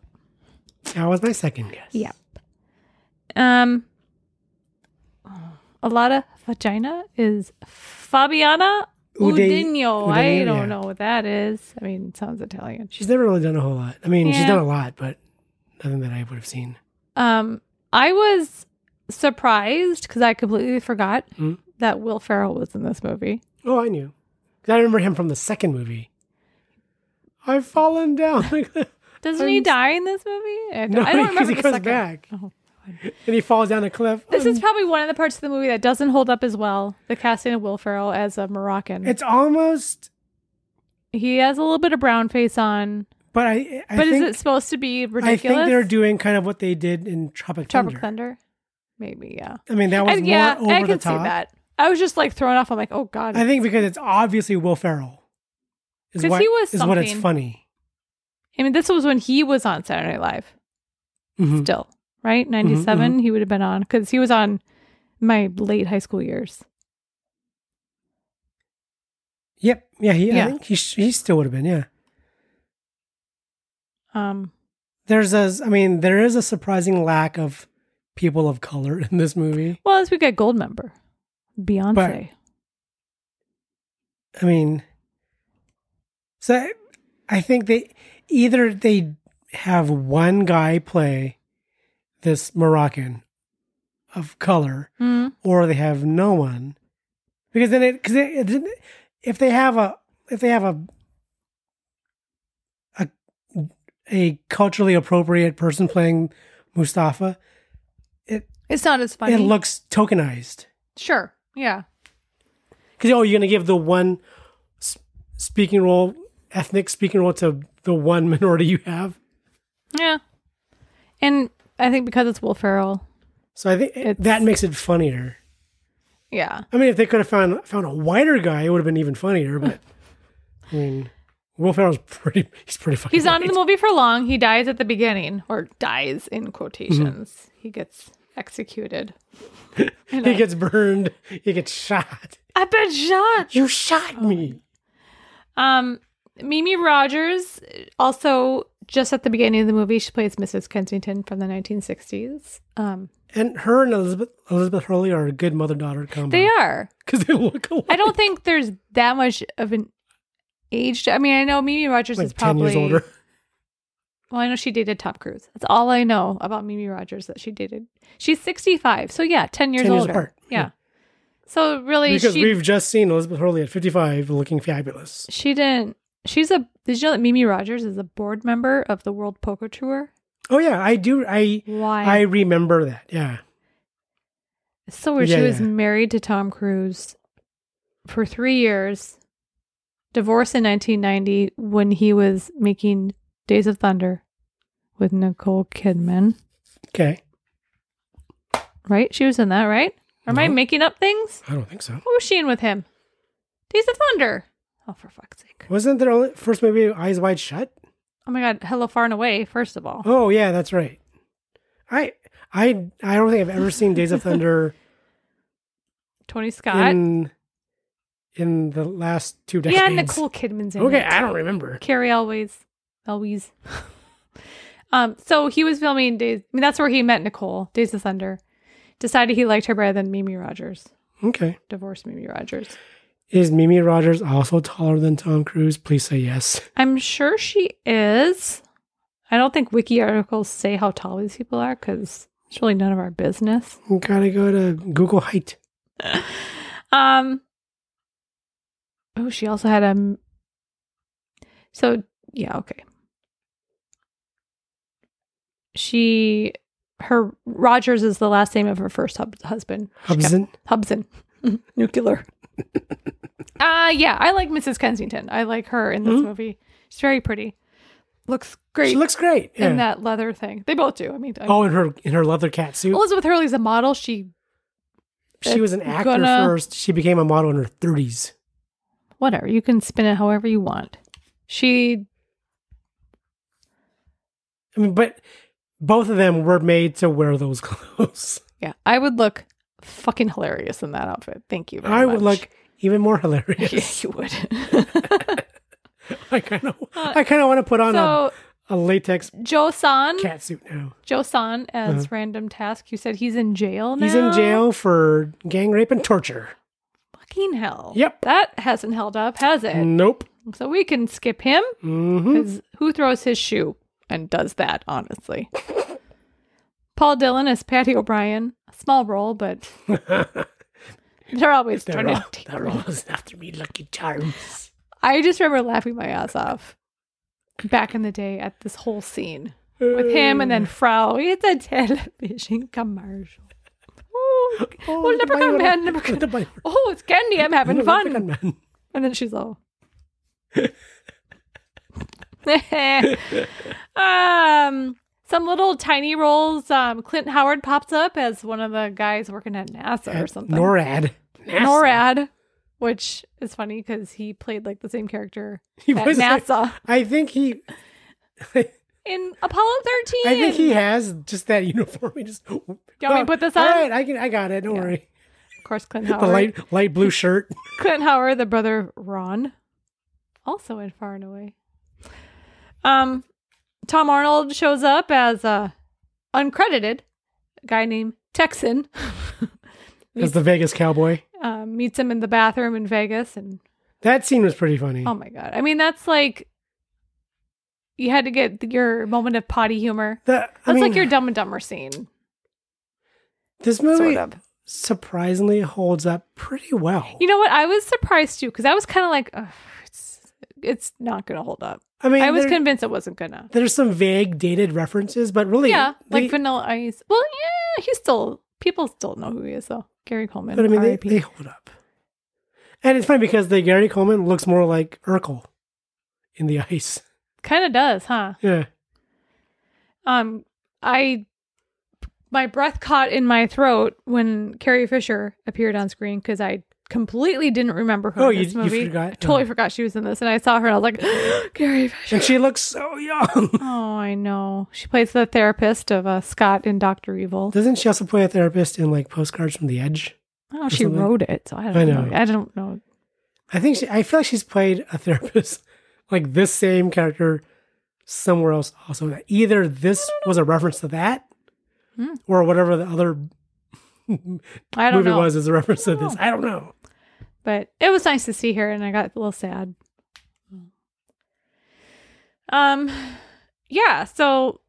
Speaker 3: That was my second guess.
Speaker 2: Yep. Um, a lot of vagina is Fabiana
Speaker 3: Ude-
Speaker 2: Udino. I
Speaker 3: Udine,
Speaker 2: don't
Speaker 3: yeah.
Speaker 2: know what that is. I mean, it sounds Italian.
Speaker 3: She's never really done a whole lot. I mean, she's
Speaker 2: Yeah.
Speaker 3: done a lot, but nothing that I would have seen.
Speaker 2: Um, I was surprised because I completely forgot
Speaker 3: Mm.
Speaker 2: that Will Ferrell was in this movie.
Speaker 3: Oh, I knew. 'Cause I remember him from the second movie. I've fallen down. *laughs* and
Speaker 2: Doesn't he
Speaker 3: I'm s-
Speaker 2: die in this movie? I don't,
Speaker 3: No,
Speaker 2: I don't remember.
Speaker 3: because he
Speaker 2: the
Speaker 3: comes
Speaker 2: second-
Speaker 3: back.
Speaker 2: Oh.
Speaker 3: he falls down a cliff.
Speaker 2: This is probably one of the parts of the movie that doesn't hold up as well. The casting of Will Ferrell as a Moroccan.
Speaker 3: Um, It's almost,
Speaker 2: he has a little bit of brown face on,
Speaker 3: but I. I
Speaker 2: but
Speaker 3: think,
Speaker 2: is it supposed to be
Speaker 3: I
Speaker 2: ridiculous?
Speaker 3: think they're doing kind of what they did in Tropic Thunder.
Speaker 2: Tropic Thunder, maybe yeah.
Speaker 3: I mean, that was
Speaker 2: I- yeah,
Speaker 3: more over
Speaker 2: I
Speaker 3: the
Speaker 2: can see
Speaker 3: top.
Speaker 2: that. I was just like thrown off. I'm like, oh god,
Speaker 3: I think because it's obviously Will Ferrell. Is
Speaker 2: 'Cause
Speaker 3: what-
Speaker 2: he was
Speaker 3: is what it's
Speaker 2: something.
Speaker 3: funny.
Speaker 2: I mean, this was when he was on Saturday Night Live.
Speaker 3: Mhm.
Speaker 2: Still, right? Ninety He would have been on because he was on my late high school years.
Speaker 3: Yep. Yeah. He.
Speaker 2: Yeah.
Speaker 3: I think he. sh- He still would have been. Yeah.
Speaker 2: Um,
Speaker 3: There's a. I mean, there is a surprising lack of people of color *laughs* in this movie.
Speaker 2: well, as we got Goldmember, Beyonce.
Speaker 3: I mean, so I- I think they either they have one guy play this Moroccan of color,
Speaker 2: Hmm.
Speaker 3: or they have no one because then it because it, it, if they have a if they have a a a culturally appropriate person playing Mustafa, it
Speaker 2: It's not as funny.
Speaker 3: it looks tokenized.
Speaker 2: sure. Yeah.
Speaker 3: Because oh, you're gonna give the one s- speaking role, ethnic speaking role to the one *laughs* minority you have.
Speaker 2: Yeah. And I think because it's Will Ferrell.
Speaker 3: So I think
Speaker 2: It's-
Speaker 3: that makes it funnier.
Speaker 2: Yeah.
Speaker 3: I mean, if they could have found found a whiter guy, it would have been even funnier. But I mean, Will Ferrell's pretty. He's pretty fucking.
Speaker 2: He's not in
Speaker 3: white.
Speaker 2: the movie for long. He dies at the beginning, or dies in quotations.
Speaker 3: Mm-hmm. *laughs*
Speaker 2: He gets executed.
Speaker 3: He gets burned. He gets shot.
Speaker 2: I've been shot.
Speaker 3: You shot me.
Speaker 2: Um, Mimi Rogers, also just at the beginning of the movie, she plays Mrs. Kensington from the 1960s. Um,
Speaker 3: And her and Elizabeth Elizabeth Hurley are a good mother daughter combo.
Speaker 2: they are.
Speaker 3: because they look alike.
Speaker 2: I don't think there's that much of an age. I mean, I know Mimi Rogers
Speaker 3: like
Speaker 2: is probably
Speaker 3: ten years older.
Speaker 2: Well, I know she dated Tom Cruise. That's all I know about Mimi Rogers that she dated. She's 65. So yeah, 10 years
Speaker 3: 10 years
Speaker 2: older.
Speaker 3: apart.
Speaker 2: Yeah.
Speaker 3: Yeah.
Speaker 2: So really
Speaker 3: Because
Speaker 2: she
Speaker 3: we've just seen Elizabeth Hurley at 55 looking fabulous.
Speaker 2: she didn't she's a did you know that Mimi Rogers is a board member of the World Poker Tour?
Speaker 3: Oh yeah, I do. I
Speaker 2: Why?
Speaker 3: I remember that. Yeah,
Speaker 2: So weird.
Speaker 3: Yeah,
Speaker 2: she was
Speaker 3: yeah.
Speaker 2: married to Tom Cruise for three years, divorced in 1990 when he was making Days of Thunder with Nicole Kidman.
Speaker 3: okay.
Speaker 2: Right? She was in that, right? Am I
Speaker 3: No.
Speaker 2: making up things?
Speaker 3: I don't think so.
Speaker 2: What was she in with him? Days of Thunder. Oh, for fuck's sake.
Speaker 3: Wasn't there only first movie Eyes Wide Shut?
Speaker 2: Oh my God. Hello, Far and Away, first of all.
Speaker 3: Oh yeah, that's right. I I I don't think I've ever seen Days
Speaker 2: *laughs*
Speaker 3: of Thunder
Speaker 2: Tony Scott.
Speaker 3: in in the last two decades.
Speaker 2: yeah, Nicole Kidman's in
Speaker 3: Okay,
Speaker 2: it.
Speaker 3: I don't remember.
Speaker 2: Carrie always, always. *laughs* um, so he was filming Days. I mean, that's where he met Nicole. Days of Thunder. Decided he liked her better than Mimi Rogers.
Speaker 3: Okay,
Speaker 2: Divorced Mimi Rogers.
Speaker 3: is Mimi Rogers also taller than Tom Cruise? Please say yes.
Speaker 2: I'm sure she is. I don't think wiki articles say how tall these people are because it's really none of our business.
Speaker 3: Gotta go to Google height.
Speaker 2: Um. Oh, she also had a. m- So yeah, okay. She, her Rogers is the last name of her first hub, husband. She kept-
Speaker 3: Hubson.
Speaker 2: Hubson. *laughs* Nuclear. uh yeah, I like Mrs. Kensington. I like her in this
Speaker 3: Mhm.
Speaker 2: movie. She's very pretty. Looks great uh,
Speaker 3: She looks great.
Speaker 2: in
Speaker 3: Yeah.
Speaker 2: that leather thing. They both do. I mean, I-
Speaker 3: oh, in her in her leather cat suit.
Speaker 2: Elizabeth Hurley's a model. She
Speaker 3: She was an
Speaker 2: it's
Speaker 3: actor
Speaker 2: gonna-
Speaker 3: first. She became a model in her 30s.
Speaker 2: whatever you can spin it however you want. She
Speaker 3: I mean, but both of them were made to wear those *laughs* clothes.
Speaker 2: Yeah, I would look fucking hilarious in that outfit. Thank you. Very
Speaker 3: I would
Speaker 2: much.
Speaker 3: look even more hilarious.
Speaker 2: *laughs* Yeah, you *laughs*
Speaker 3: *laughs*
Speaker 2: would.
Speaker 3: I kind of, I kind of want to put on
Speaker 2: Uh, so
Speaker 3: a, a latex
Speaker 2: Joe San,
Speaker 3: cat suit now.
Speaker 2: Joe San as Random Task. You said he's in jail now.
Speaker 3: Uh-huh. He's in jail for gang rape and torture.
Speaker 2: Fucking hell.
Speaker 3: Yep. Mm.
Speaker 2: That hasn't held up, has it?
Speaker 3: Nope.
Speaker 2: So we can skip him.
Speaker 3: hmm
Speaker 2: 'cause Who throws his shoe and does that?
Speaker 3: *laughs*
Speaker 2: Honestly. Paul Dillon as Patty O'Brien. A small role,
Speaker 3: *laughs*
Speaker 2: but they're always trying
Speaker 3: They're all,
Speaker 2: to take
Speaker 3: they're all after me, Lucky Charms.
Speaker 2: I just remember laughing my ass off back in the day at this whole scene with him and then Frau. It's a television *laughs* commercial. Oh, well, Leprechaun Man, Leprechaun. Oh, it's candy. I'm having fun.
Speaker 3: Man.
Speaker 2: And then she's all. *laughs* um, some little tiny roles. Um, Clint Howard pops up as one of the guys working at NASA or something.
Speaker 3: NORAD. NASA.
Speaker 2: NORAD, which is funny because he played like the same character
Speaker 3: He
Speaker 2: at
Speaker 3: was like-
Speaker 2: NASA
Speaker 3: I think he
Speaker 2: in Apollo 13.
Speaker 3: I think he has just that uniform. He just. Do
Speaker 2: you want me to put this on?
Speaker 3: All right, I can. I got it. Don't
Speaker 2: Yeah.
Speaker 3: worry.
Speaker 2: of course, Clint
Speaker 3: The
Speaker 2: Howard.
Speaker 3: light light blue
Speaker 2: *laughs*
Speaker 3: shirt. *laughs*
Speaker 2: Clint Howard, the brother of Ron, also in Far and Away. Um, Tom Arnold shows up as a uncredited guy named Texan.
Speaker 3: That's the Vegas cowboy.
Speaker 2: Uh, meets him in the bathroom in Vegas, and
Speaker 3: That scene was pretty funny.
Speaker 2: oh my god! I mean, that's like you had to get your moment of potty humor.
Speaker 3: The- I
Speaker 2: That's
Speaker 3: mean,
Speaker 2: like your Dumb and Dumber scene,
Speaker 3: this movie
Speaker 2: sort of.
Speaker 3: surprisingly holds up pretty well.
Speaker 2: You know what? I was surprised too because I was kind of like, "Ugh, it's it's not gonna hold up.
Speaker 3: I mean,
Speaker 2: I was
Speaker 3: there-
Speaker 2: convinced it wasn't gonna.
Speaker 3: there's some vague dated references, but really,
Speaker 2: Yeah, like
Speaker 3: they-
Speaker 2: Vanilla Ice. Well, yeah, he's still people still know who he is though. Gary Coleman.
Speaker 3: but I mean, they,
Speaker 2: R.I.P..
Speaker 3: they hold up. And it's funny because the Gary Coleman looks more like Urkel in the *laughs* ice.
Speaker 2: kind of does, huh?
Speaker 3: Yeah,
Speaker 2: Um, I my breath caught in my throat when Carrie Fisher appeared on screen because I completely didn't remember her.
Speaker 3: Oh,
Speaker 2: in
Speaker 3: you-
Speaker 2: this
Speaker 3: you
Speaker 2: movie.
Speaker 3: forgot?
Speaker 2: I totally
Speaker 3: Oh.
Speaker 2: forgot she was in this, and I saw her and I was like, *gasps* Carrie Fisher.
Speaker 3: and she looks so young. *laughs*
Speaker 2: Oh, I know. She plays the therapist of uh, Scott in Doctor Evil.
Speaker 3: Doesn't she also play a therapist in like Postcards from the Edge?
Speaker 2: Oh, she
Speaker 3: something.
Speaker 2: wrote it, so I don't
Speaker 3: I
Speaker 2: know.
Speaker 3: know.
Speaker 2: I don't know.
Speaker 3: I think she, I feel like she's played a *laughs* therapist, like this same character somewhere else also. Either this was a reference to that
Speaker 2: Hmm.
Speaker 3: or whatever the other
Speaker 2: I don't
Speaker 3: movie
Speaker 2: know.
Speaker 3: was is a reference to this.
Speaker 2: know.
Speaker 3: I don't know.
Speaker 2: But it was nice to see her, and I got a little sad. Um, yeah. So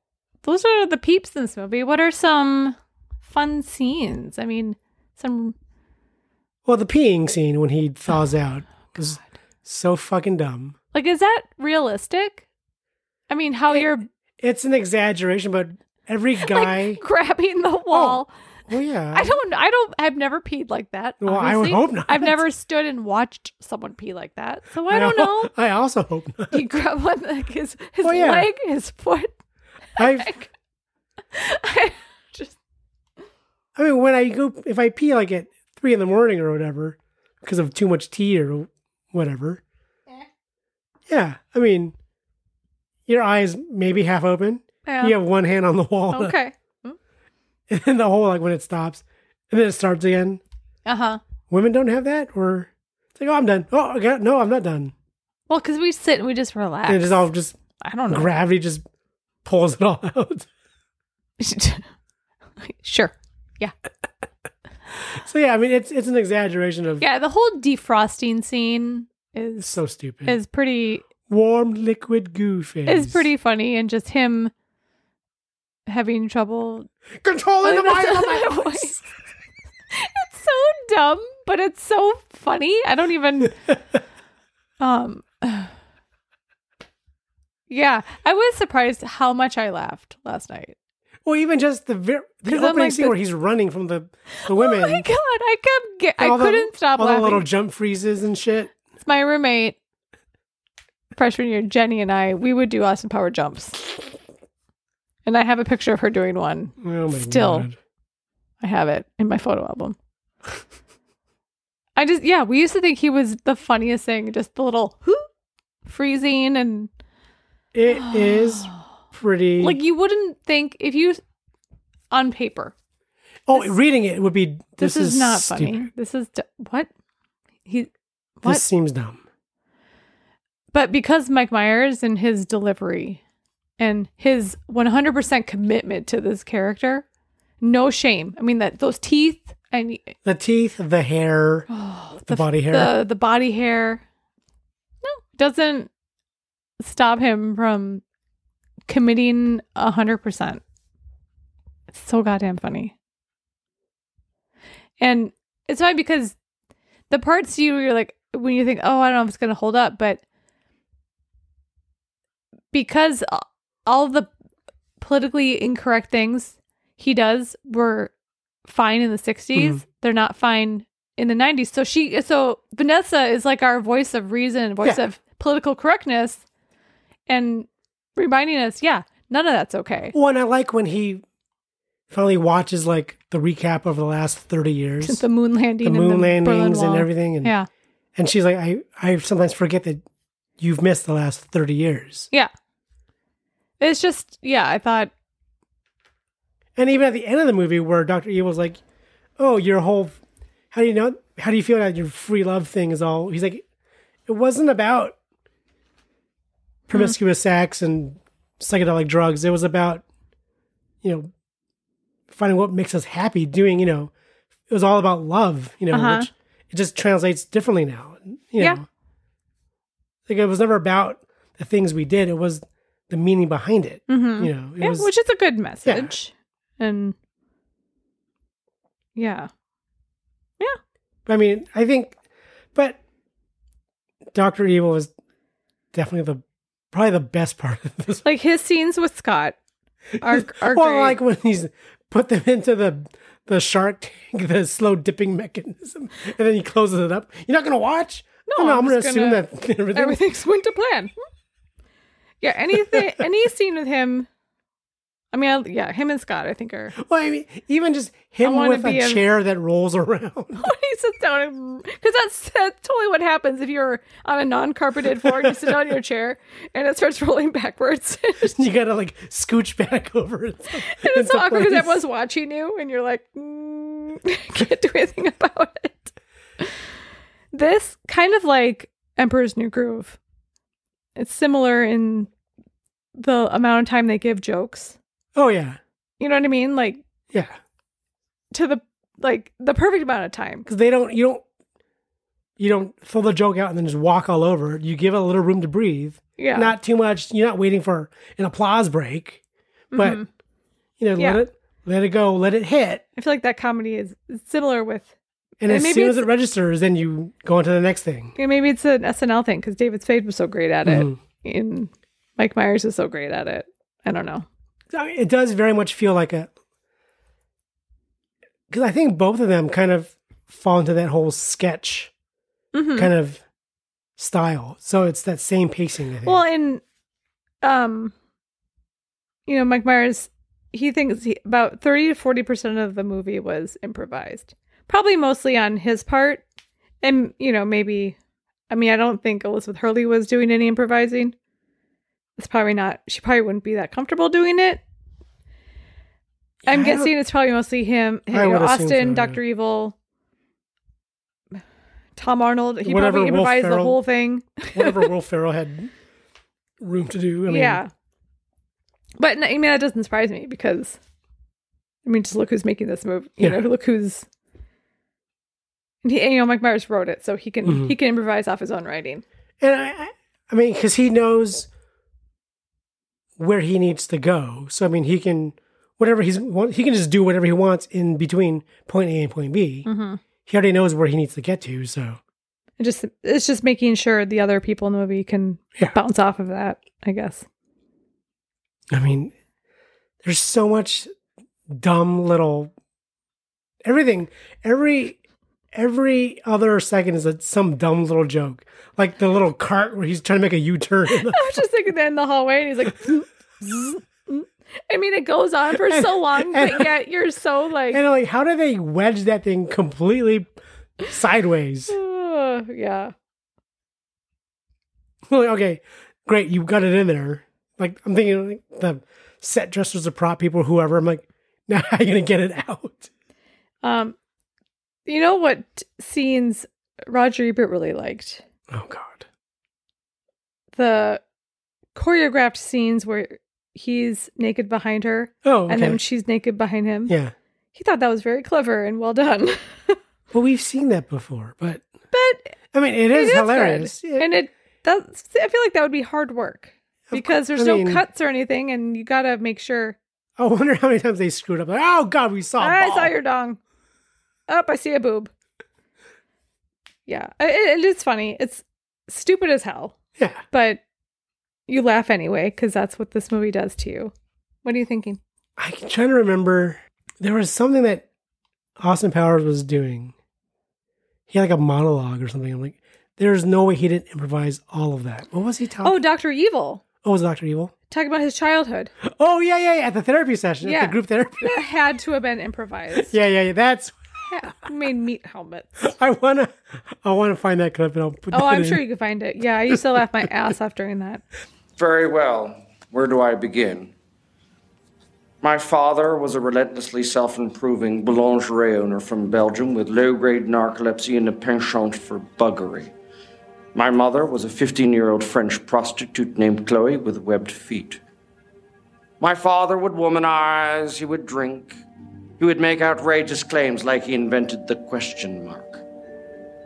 Speaker 2: those are the peeps in this movie. What are some fun scenes? I mean, some
Speaker 3: Well, the peeing scene when he thaws
Speaker 2: Oh,
Speaker 3: out was so fucking dumb.
Speaker 2: like is that realistic? I mean, how you're
Speaker 3: It's an exaggeration, but every
Speaker 2: *laughs*
Speaker 3: guy.
Speaker 2: like grabbing
Speaker 3: Oh,
Speaker 2: the wall. *laughs*
Speaker 3: well, yeah.
Speaker 2: I don't. I don't. I've never peed like that.
Speaker 3: Well, I would
Speaker 2: obviously.
Speaker 3: hope not.
Speaker 2: I've never stood and watched someone pee like that, so I don't
Speaker 3: al-
Speaker 2: know.
Speaker 3: *laughs* I also hope
Speaker 2: *laughs*
Speaker 3: not.
Speaker 2: He grabbed one like his his
Speaker 3: Well, Oh, yeah.
Speaker 2: leg, his foot. *laughs*
Speaker 3: I,
Speaker 2: I
Speaker 3: *laughs*
Speaker 2: just
Speaker 3: I mean, when I go, if I pee like at three in the morning or whatever, because of too much tea or whatever.
Speaker 2: Eh.
Speaker 3: Yeah, I mean, your eyes maybe half open.
Speaker 2: yeah.
Speaker 3: You have one hand on the wall, *laughs*
Speaker 2: okay.
Speaker 3: and then the whole like when it stops, and then it starts again.
Speaker 2: Uh huh.
Speaker 3: Women don't have that, or it's like, oh, I'm done. Oh, okay, no, I'm not done.
Speaker 2: Well, because we sit and we just relax.
Speaker 3: And it just all just
Speaker 2: I don't know.
Speaker 3: gravity just pulls it all *laughs* out.
Speaker 2: *laughs* sure.
Speaker 3: So yeah, I mean, it's it's an exaggeration of
Speaker 2: Yeah, the whole defrosting scene is
Speaker 3: so stupid.
Speaker 2: is pretty
Speaker 3: Warm liquid goo face
Speaker 2: is pretty funny, and just him having trouble. *laughs*
Speaker 3: controlling the volume of my voice.
Speaker 2: it's so dumb, but it's so funny. I don't
Speaker 3: *laughs*
Speaker 2: even. um. *sighs* Yeah, I was surprised how much I laughed last night.
Speaker 3: Well, even just the ver- the
Speaker 2: 'Cause I'm
Speaker 3: opening
Speaker 2: like
Speaker 3: scene
Speaker 2: the-
Speaker 3: where he's running from the the women.
Speaker 2: Oh my god! I kept get, I
Speaker 3: all the-
Speaker 2: couldn't stop
Speaker 3: all
Speaker 2: laughing.
Speaker 3: the little jump freezes and shit.
Speaker 2: It's my roommate, freshman year, Jenny and I, we would do Austin Power jumps, and I have a picture of her doing one.
Speaker 3: Oh my
Speaker 2: Still.
Speaker 3: God.
Speaker 2: I have it in my photo album. I just yeah, we used to think he was the funniest thing, just the little whoop, freezing and
Speaker 3: it
Speaker 2: *gasps*
Speaker 3: is pretty.
Speaker 2: like you wouldn't think if you on paper.
Speaker 3: oh, reading it would be. This,
Speaker 2: This, is, not
Speaker 3: stupid.
Speaker 2: funny. This is d- what he
Speaker 3: This
Speaker 2: what
Speaker 3: seems dumb.
Speaker 2: But because Mike Myers and his delivery and his 100% commitment to this character, no shame. I mean that those teeth and
Speaker 3: The teeth, the hair,
Speaker 2: oh,
Speaker 3: the, body
Speaker 2: *sighs*
Speaker 3: hair.
Speaker 2: the the body hair no doesn't stop him from committing 100%. It's so goddamn funny. And it's funny because the parts you you're like when you think, oh, I don't know if it's gonna hold up, but because a- all the politically incorrect things he does were fine in the 60s,
Speaker 3: Mm-hmm.
Speaker 2: they're not fine in the 90s. So she, so Vanessa is like our voice of reason, voice
Speaker 3: Yeah.
Speaker 2: of political correctness, and reminding us, yeah, none of that's okay.
Speaker 3: Oh, and I like when he finally watches like the recap of the last thirty years,
Speaker 2: *laughs* the moon landing,
Speaker 3: the
Speaker 2: and
Speaker 3: moon
Speaker 2: the Berlin
Speaker 3: landings and
Speaker 2: Wall.
Speaker 3: everything, and
Speaker 2: Yeah,
Speaker 3: and she's like, I I sometimes forget that you've missed the last thirty years.
Speaker 2: yeah. It's just, yeah. I thought,
Speaker 3: And even at the end of the movie, where Doctor Evil's like, "Oh, your whole how do you know? How do you feel about your free love thing is all?" He's like, "It wasn't about
Speaker 2: Hmm.
Speaker 3: promiscuous sex and psychedelic drugs. It was about you know finding what makes us happy. Doing you know, it was all about love. You know,
Speaker 2: Uh-huh.
Speaker 3: which it just translates differently now. You know,
Speaker 2: Yeah.
Speaker 3: like it was never about the things we did. It was the meaning behind it.
Speaker 2: mhm.
Speaker 3: You know, it
Speaker 2: yeah,
Speaker 3: was
Speaker 2: which is a good message, and yeah,
Speaker 3: I mean, I think, but Doctor Evil was definitely the probably the best part of this.
Speaker 2: like his scenes with Scott are are
Speaker 3: well,
Speaker 2: great.
Speaker 3: like when he's put them into the the shark tank, the slow dipping mechanism, and then he closes it up. You're not gonna watch? Oh,
Speaker 2: No,
Speaker 3: no, I'm,
Speaker 2: I'm
Speaker 3: gonna
Speaker 2: just
Speaker 3: assume
Speaker 2: gonna-
Speaker 3: that *laughs* everything.
Speaker 2: *laughs* everything's went to plan. Yeah, anything, any scene with him, I mean, I, yeah, him and Scott, I think, are.
Speaker 3: Well, I mean, even just him
Speaker 2: wanna
Speaker 3: with
Speaker 2: be
Speaker 3: a
Speaker 2: a-
Speaker 3: chair that rolls around.
Speaker 2: *laughs*
Speaker 3: *laughs*
Speaker 2: he sits down because that's, that's totally what happens if you're on a non-carpeted floor. and You sit down in your chair and it starts rolling backwards. *laughs* and
Speaker 3: you gotta like scooch back *laughs* over. And
Speaker 2: it's so awkward because everyone's watching you, and you're like, mm, *laughs* can't do anything *laughs* about it. This kind of like Emperor's New Groove. It's similar in the amount of time they give jokes.
Speaker 3: Oh yeah,
Speaker 2: You know what I mean? Like
Speaker 3: yeah.
Speaker 2: to the like the perfect amount of time.
Speaker 3: Because they don't. You don't. You don't throw the joke out and then just walk all over. it. You give it a little room to breathe.
Speaker 2: Yeah.
Speaker 3: Not too much. You're not waiting for an applause break, but
Speaker 2: Mhm.
Speaker 3: you know, let
Speaker 2: Yeah.
Speaker 3: it let it go, let it hit,
Speaker 2: I feel like that comedy is is similar with
Speaker 3: and,
Speaker 2: And
Speaker 3: as
Speaker 2: maybe
Speaker 3: soon as
Speaker 2: it's-
Speaker 3: it registers, then you go on to the next thing.
Speaker 2: Yeah, maybe it's an SNL thing because David Spade was so great at it,
Speaker 3: Mhm.
Speaker 2: and Mike Myers is so great at it. I don't know.
Speaker 3: I mean, it does very much feel like a because I think both of them kind of fall into that whole sketch
Speaker 2: Mhm.
Speaker 3: kind of style. So it's that same pacing. I think.
Speaker 2: Well, *laughs* and um, you know, Mike Myers, he thinks he, about thirty to forty percent of the movie was improvised, probably mostly on his part, and you know, maybe. I mean, I don't think Elizabeth Hurley was doing any improvising. It's probably not. She probably wouldn't be that comfortable doing it. I'm
Speaker 3: Yeah, I don't-
Speaker 2: guessing it's probably mostly him. you
Speaker 3: I
Speaker 2: know,
Speaker 3: would assume
Speaker 2: Austin,
Speaker 3: so, yeah.
Speaker 2: Doctor Evil, Tom Arnold. He
Speaker 3: Whatever
Speaker 2: probably
Speaker 3: Will
Speaker 2: improvised the
Speaker 3: Ferrell-
Speaker 2: whole thing.
Speaker 3: whatever Will Ferrell had room to do. I mean,
Speaker 2: yeah. But I mean, that doesn't surprise me because, I mean, just look who's making this move. You
Speaker 3: Yeah.
Speaker 2: know, look who's. And he, and, you know, Mike Myers wrote it, so he can
Speaker 3: Mhm.
Speaker 2: he can improvise off his own writing.
Speaker 3: and I, I- I mean, because he knows where he needs to go. So I mean, he can whatever he's want- he can just do whatever he wants in between point A and point B.
Speaker 2: Mm-hmm.
Speaker 3: He already knows where he needs to get to. So
Speaker 2: It just it's just making sure the other people in the movie can
Speaker 3: Yeah.
Speaker 2: bounce off of that. I
Speaker 3: *laughs*
Speaker 2: guess.
Speaker 3: I mean, there's so much dumb little everything. Every every other second is a, some dumb little joke, like the little cart where he's trying to make a U-turn. *laughs*
Speaker 2: I was just thinking that in the hallway, and he's like. "Zzz, zzz, mm." I mean, it goes on for so long, but yet you're so like,
Speaker 3: and like, how do they wedge that thing completely sideways?
Speaker 2: "Ugh," yeah.
Speaker 3: *laughs* Like, okay, great, you got it in there. Like I'm thinking like, the set dressers, the prop people, whoever. I'm like, *laughs* now how you gonna get it out?
Speaker 2: Um, you know what scenes Roger Ebert really liked?
Speaker 3: Oh God.
Speaker 2: The choreographed scenes where he's naked behind her
Speaker 3: Oh, okay.
Speaker 2: and then she's naked behind him.
Speaker 3: yeah.
Speaker 2: He thought that was very clever and well done. *laughs*
Speaker 3: Well, we've seen that before, but
Speaker 2: but
Speaker 3: I mean, it
Speaker 2: it
Speaker 3: is
Speaker 2: is good.
Speaker 3: hilarious. It-
Speaker 2: and it that's I feel like that would be hard work
Speaker 3: cou-
Speaker 2: because there's
Speaker 3: I
Speaker 2: no
Speaker 3: mean-
Speaker 2: cuts or anything and you got to make sure
Speaker 3: I wonder how many times they screwed up. Like, oh God, we saw. a
Speaker 2: I
Speaker 3: ball.
Speaker 2: saw your dong. Up, I see a boob. Yeah, I- it, it is funny. It's stupid as hell.
Speaker 3: Yeah.
Speaker 2: but you laugh anyway because that's what this movie does to you. What are you thinking?
Speaker 3: I'm trying to remember. There was something that Austin Powers was doing. He had like a monologue or something. I'm like, there's no way he didn't improvise all of that. What was he talking?
Speaker 2: Oh, Doctor Evil.
Speaker 3: oh, was it Doctor Evil?
Speaker 2: Talk about his childhood.
Speaker 3: Oh yeah, yeah, yeah. At the therapy session, at
Speaker 2: Yeah.
Speaker 3: the group therapy. *laughs*
Speaker 2: That had to have been improvised.
Speaker 3: yeah, *laughs* yeah, yeah. That's.
Speaker 2: Ha- made meat helmets.
Speaker 3: *laughs* I wanna, I wanna find that clip and I'll put.
Speaker 2: Oh,
Speaker 3: that
Speaker 2: I'm
Speaker 3: in.
Speaker 2: sure you could find it. Yeah, I used to laugh my ass off during that.
Speaker 4: Very well. Where do I begin? My father was a relentlessly self improving boulangerie owner from Belgium with low grade narcolepsy and a penchant for buggery. My mother was a 15 year old French prostitute named Chloe with webbed feet. My father would womanize, he would drink, he would make outrageous claims like he invented the question mark.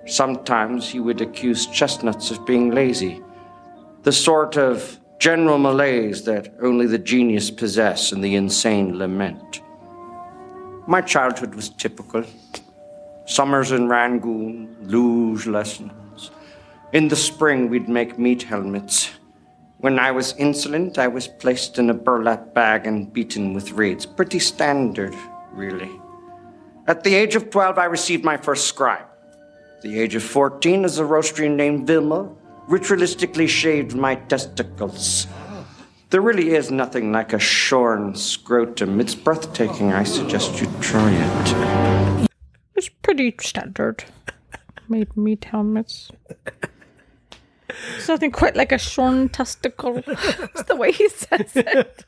Speaker 4: Sometimes he would accuse chestnuts of being lazy the sort of general malaise that only the genius possess and the insane lament. My childhood was typical. Summers in Rangoon, luge lessons. In the spring, we'd make meat helmets. When I was insolent, I was placed in a burlap bag and beaten with reeds. Pretty standard, really. At the age of 12, I received my first scribe. At the age of 14, as a roastery named Vilma ritualistically shaved my testicles. There really is nothing like a shorn scrotum. It's breathtaking. I suggest you try it.
Speaker 2: It's pretty standard. Made me helmets. There's nothing quite like a shorn testicle. *laughs* That's the way he says it.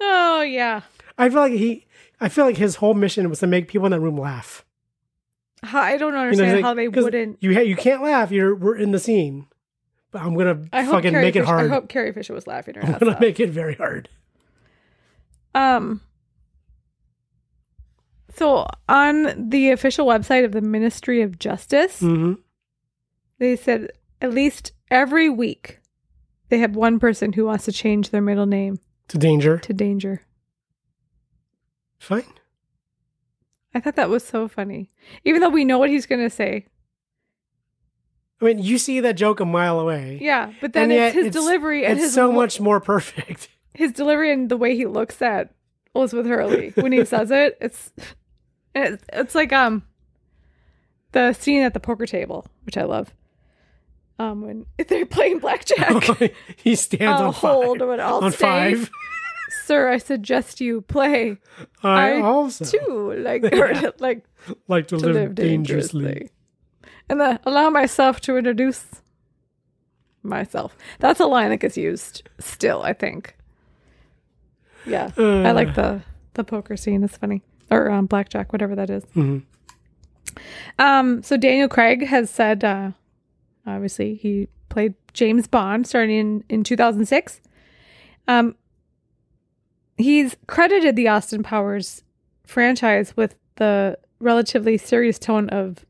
Speaker 2: Oh yeah.
Speaker 3: I feel like he. I feel like his whole mission was to make people in that room laugh.
Speaker 2: How- I don't
Speaker 3: You know,
Speaker 2: understand
Speaker 3: like-
Speaker 2: how they
Speaker 3: 'cause
Speaker 2: wouldn't.
Speaker 3: You ha- you can't laugh. You're we're in the scene, but I'm gonna
Speaker 2: I hope
Speaker 3: fucking
Speaker 2: Carrie
Speaker 3: make it
Speaker 2: Fisher,
Speaker 3: hard.
Speaker 2: I hope Carrie Fisher was laughing her
Speaker 3: *laughs* I'm
Speaker 2: ass
Speaker 3: gonna
Speaker 2: off.
Speaker 3: make it very hard.
Speaker 2: Um. So on the official website of the Ministry of Justice,
Speaker 3: hmm
Speaker 2: they said at least every week they have one person who wants to change their middle name
Speaker 3: To danger.
Speaker 2: to Danger.
Speaker 3: Fine.
Speaker 2: I thought that was so funny. Even though we know what he's going to say.
Speaker 3: I mean, you see that joke a mile away.
Speaker 2: Yeah, but then
Speaker 3: And
Speaker 2: it's
Speaker 3: yet
Speaker 2: his delivery and
Speaker 3: it's
Speaker 2: his
Speaker 3: so
Speaker 2: lo-
Speaker 3: much more perfect. *laughs*
Speaker 2: his delivery and the way he looks at Elizabeth Hurley when
Speaker 3: *laughs*
Speaker 2: he says it. It's it's, it's like um the scene at the poker table, which I love. Um, when *laughs* they're playing blackjack,
Speaker 3: he stands
Speaker 2: I'll
Speaker 3: on
Speaker 2: hold
Speaker 3: five.
Speaker 2: what I'll
Speaker 3: on
Speaker 2: say.
Speaker 3: five.
Speaker 2: sir, I suggest you play
Speaker 3: I,
Speaker 2: I
Speaker 3: also
Speaker 2: too,
Speaker 3: *laughs*
Speaker 2: like or, like
Speaker 3: like to,
Speaker 2: to
Speaker 3: live,
Speaker 2: live,
Speaker 3: dangerously.
Speaker 2: dangerously. And then allow myself to introduce myself. That's a line that gets used still, I think. Yeah. I like the the poker scene. It's funny. Or um, blackjack, whatever that is. Um, so Daniel Craig has said, uh, obviously, he played James Bond starting in, in 2006. Um, he's credited the Austin Powers franchise with the relatively serious tone of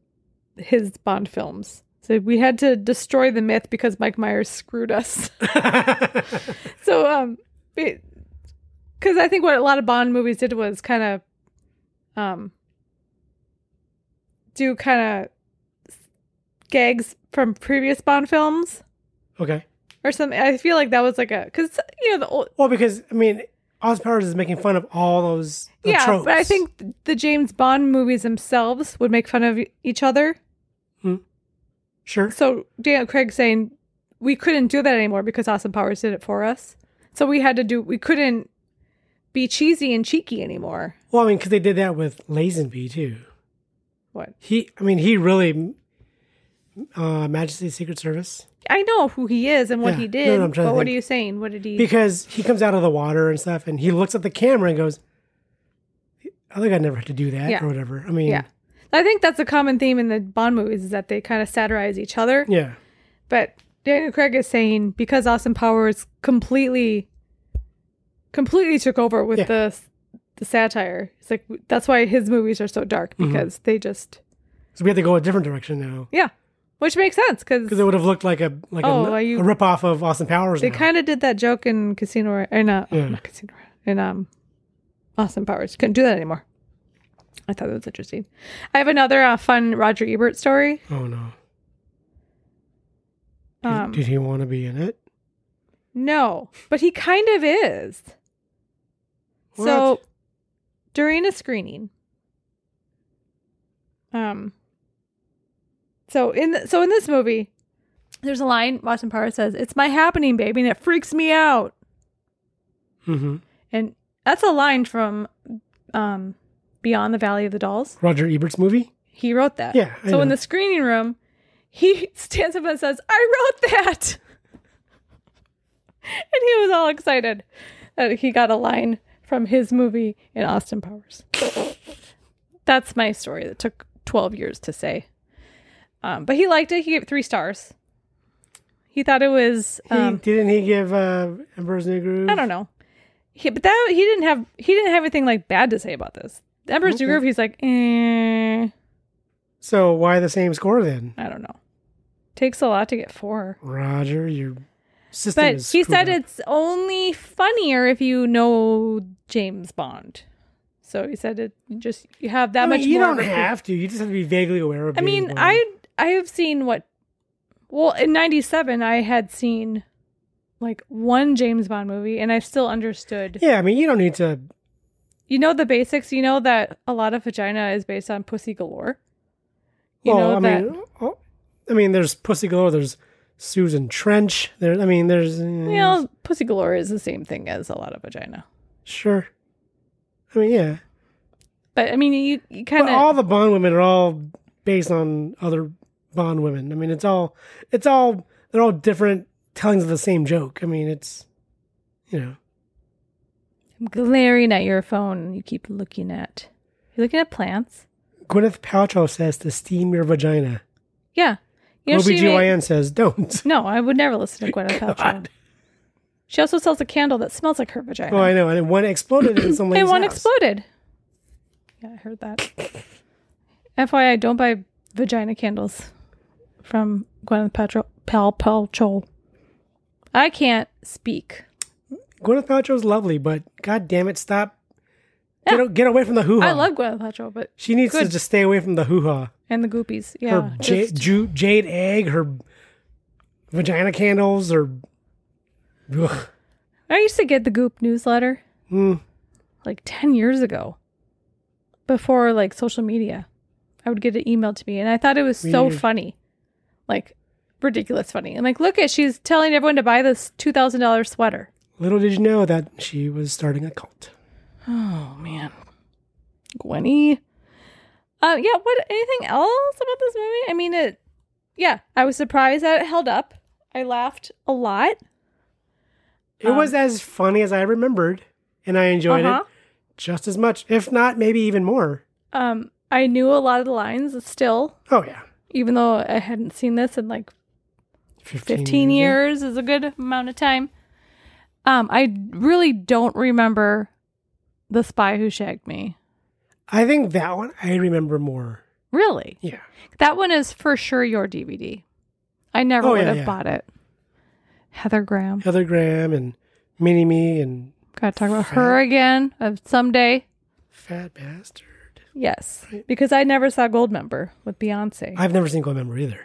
Speaker 2: his Bond films. So we had to destroy the myth because Mike Myers screwed us. *laughs* so, um, because I think what a lot of Bond movies did was kind of, um, do kind of gags from previous Bond films
Speaker 3: Okay.
Speaker 2: or something. I feel like that was like a because you know the old
Speaker 3: Well, because I mean, Oz Powers is making fun of all those the
Speaker 2: yeah,
Speaker 3: tropes.
Speaker 2: but I think th- the James Bond movies themselves would make fun of each other.
Speaker 3: sure.
Speaker 2: So Daniel Craig saying we couldn't do that anymore because Austin Powers did it for us. So we had to do we couldn't be cheesy and cheeky anymore.
Speaker 3: Well, I mean, because they did that with Lazenby too.
Speaker 2: What
Speaker 3: He, I mean, he really, uh, Majesty's Secret Service
Speaker 2: I know who he is and what
Speaker 3: Yeah.
Speaker 2: he
Speaker 3: No,
Speaker 2: did.
Speaker 3: no, I'm
Speaker 2: but
Speaker 3: trying to
Speaker 2: what
Speaker 3: think.
Speaker 2: are you saying? What did he?
Speaker 3: because he comes out of the water and stuff, and he looks at the camera and goes, "I think I never had to do that
Speaker 2: Yeah.
Speaker 3: or whatever." I mean,
Speaker 2: yeah, I think that's a common theme in the Bond movies is that they kind of satirize each other.
Speaker 3: yeah.
Speaker 2: But Daniel Craig is saying because Austin Powers completely, completely took over with
Speaker 3: Yeah.
Speaker 2: the the satire. It's like that's why his movies are so dark
Speaker 3: Mm-hmm.
Speaker 2: because they just
Speaker 3: So we have to go a different direction now
Speaker 2: yeah, which makes sense because
Speaker 3: because it would have looked like a like
Speaker 2: Oh,
Speaker 3: a,
Speaker 2: are you-
Speaker 3: a rip off of Austin Powers.
Speaker 2: they
Speaker 3: now.
Speaker 2: kind of did that joke in Casino Roy- or not,
Speaker 3: Yeah.
Speaker 2: not Casino Roy- in um Austin Powers couldn't do that anymore. I thought that was interesting. I have another uh, fun Roger Ebert story.
Speaker 3: oh no! Did,
Speaker 2: Um,
Speaker 3: did he want to be in it?
Speaker 2: No, but he kind of is. So
Speaker 3: What?
Speaker 2: during a screening, um, so in th- so in this movie, there's a line Watson Parr says, "It's my happening, baby," and it freaks me out,
Speaker 3: hmm
Speaker 2: and that's a line from um, Beyond the Valley of the Dolls.
Speaker 3: Roger Ebert's movie.
Speaker 2: He wrote that.
Speaker 3: Yeah, I
Speaker 2: so in
Speaker 3: know.
Speaker 2: the screening room, he *laughs* stands up and says, I wrote that. *laughs* and he was all excited that he got a line from his movie in Austin Powers. *laughs* That's my story that took 12 years to say. Um, but he liked it. He gave it three stars. He thought it was,
Speaker 3: He,
Speaker 2: um,
Speaker 3: didn't he give uh, Emperor's New Groove?
Speaker 2: I don't know. He, but that he didn't have he didn't have anything like bad to say about this. Emperor's New
Speaker 3: Okay.
Speaker 2: Groove, he's like, eh.
Speaker 3: So why the same score then?
Speaker 2: I don't know. Takes a lot to get four.
Speaker 3: Roger, your system
Speaker 2: But
Speaker 3: is
Speaker 2: he
Speaker 3: screwed
Speaker 2: said
Speaker 3: up.
Speaker 2: it's only funnier if you know James Bond. So he said it you just you have that
Speaker 3: I mean,
Speaker 2: much
Speaker 3: you
Speaker 2: more.
Speaker 3: don't
Speaker 2: of a-
Speaker 3: have to. You just have to be vaguely aware of.
Speaker 2: I mean,
Speaker 3: being one.
Speaker 2: I I have seen what well, in 97 I had seen like one James Bond movie and I still understood.
Speaker 3: yeah. I mean, you don't need to.
Speaker 2: You know the basics, you know that a lot of vagina is based on pussy galore. You
Speaker 3: Well,
Speaker 2: know
Speaker 3: I
Speaker 2: that
Speaker 3: mean, oh, I mean, there's pussy galore. There's Susan Trench. There, I mean, there's mm,
Speaker 2: You know, pussy galore is the same thing as a lot of vagina.
Speaker 3: sure. I mean, yeah,
Speaker 2: But I mean, you, you
Speaker 3: but
Speaker 2: kind
Speaker 3: all
Speaker 2: of
Speaker 3: the Bond women are all based on other Bond women. I mean, it's all it's all they're all different tellings of the same joke. I mean, it's you know,
Speaker 2: glaring at your phone. You keep looking at. You're looking at plants.
Speaker 3: Gwyneth Paltrow says to steam your vagina.
Speaker 2: Yeah. You know, she made-
Speaker 3: OBGYN says don't. *laughs*
Speaker 2: no, I would never listen to Gwyneth Paltrow. She also sells a candle that smells like her vagina.
Speaker 3: Oh, I know. And one
Speaker 2: *clears throat*
Speaker 3: exploded in some lady's
Speaker 2: and one
Speaker 3: house.
Speaker 2: exploded. Yeah, I heard *laughs* that. FYI, don't buy vagina candles from Gwyneth Paltrow. Pal Paltrow. I can't speak.
Speaker 3: Gwyneth Paltrow's lovely, but god damn it, stop. Get, a- get away from the hoo ha.
Speaker 2: I love Gwyneth Paltrow, but
Speaker 3: She needs to
Speaker 2: good.
Speaker 3: just stay away from the hoo ha.
Speaker 2: and the goopies.
Speaker 3: Her
Speaker 2: Yeah,
Speaker 3: ja-
Speaker 2: just-
Speaker 3: ju- jade egg, her vagina candles, or. Ugh.
Speaker 2: I used to get the Goop newsletter
Speaker 3: Hmm.
Speaker 2: like ten years ago, before like social media. I would get it emailed to me, and I thought it was so
Speaker 3: Weird.
Speaker 2: funny, like ridiculous funny. And like, look at she's telling everyone to buy this two thousand dollar sweater.
Speaker 3: Little did you know that she was starting a cult.
Speaker 2: Oh man, Gwenny. Uh, yeah. What? Anything else about this movie? I mean, it. Yeah, I was surprised that it held up. I laughed a lot.
Speaker 3: It was as funny as I remembered, and I enjoyed
Speaker 2: Uh-huh.
Speaker 3: it just as much, if not maybe even more.
Speaker 2: Um, I knew a lot of the lines still,
Speaker 3: Oh, yeah.
Speaker 2: even though I hadn't seen this in like
Speaker 3: 15,
Speaker 2: 15
Speaker 3: years.
Speaker 2: years is a good amount of time. Um, I really don't remember the spy who shagged me.
Speaker 3: I think that one I remember more.
Speaker 2: Really,
Speaker 3: Yeah.
Speaker 2: that one is for sure your DVD. I never
Speaker 3: Oh,
Speaker 2: would
Speaker 3: yeah,
Speaker 2: have
Speaker 3: yeah.
Speaker 2: bought it. Heather Graham.
Speaker 3: Heather Graham and Mini Me and
Speaker 2: Gotta talk about her again uh, someday.
Speaker 3: Fat Bastard.
Speaker 2: Yes, because I never saw Goldmember with Beyonce.
Speaker 3: I've never seen Goldmember either.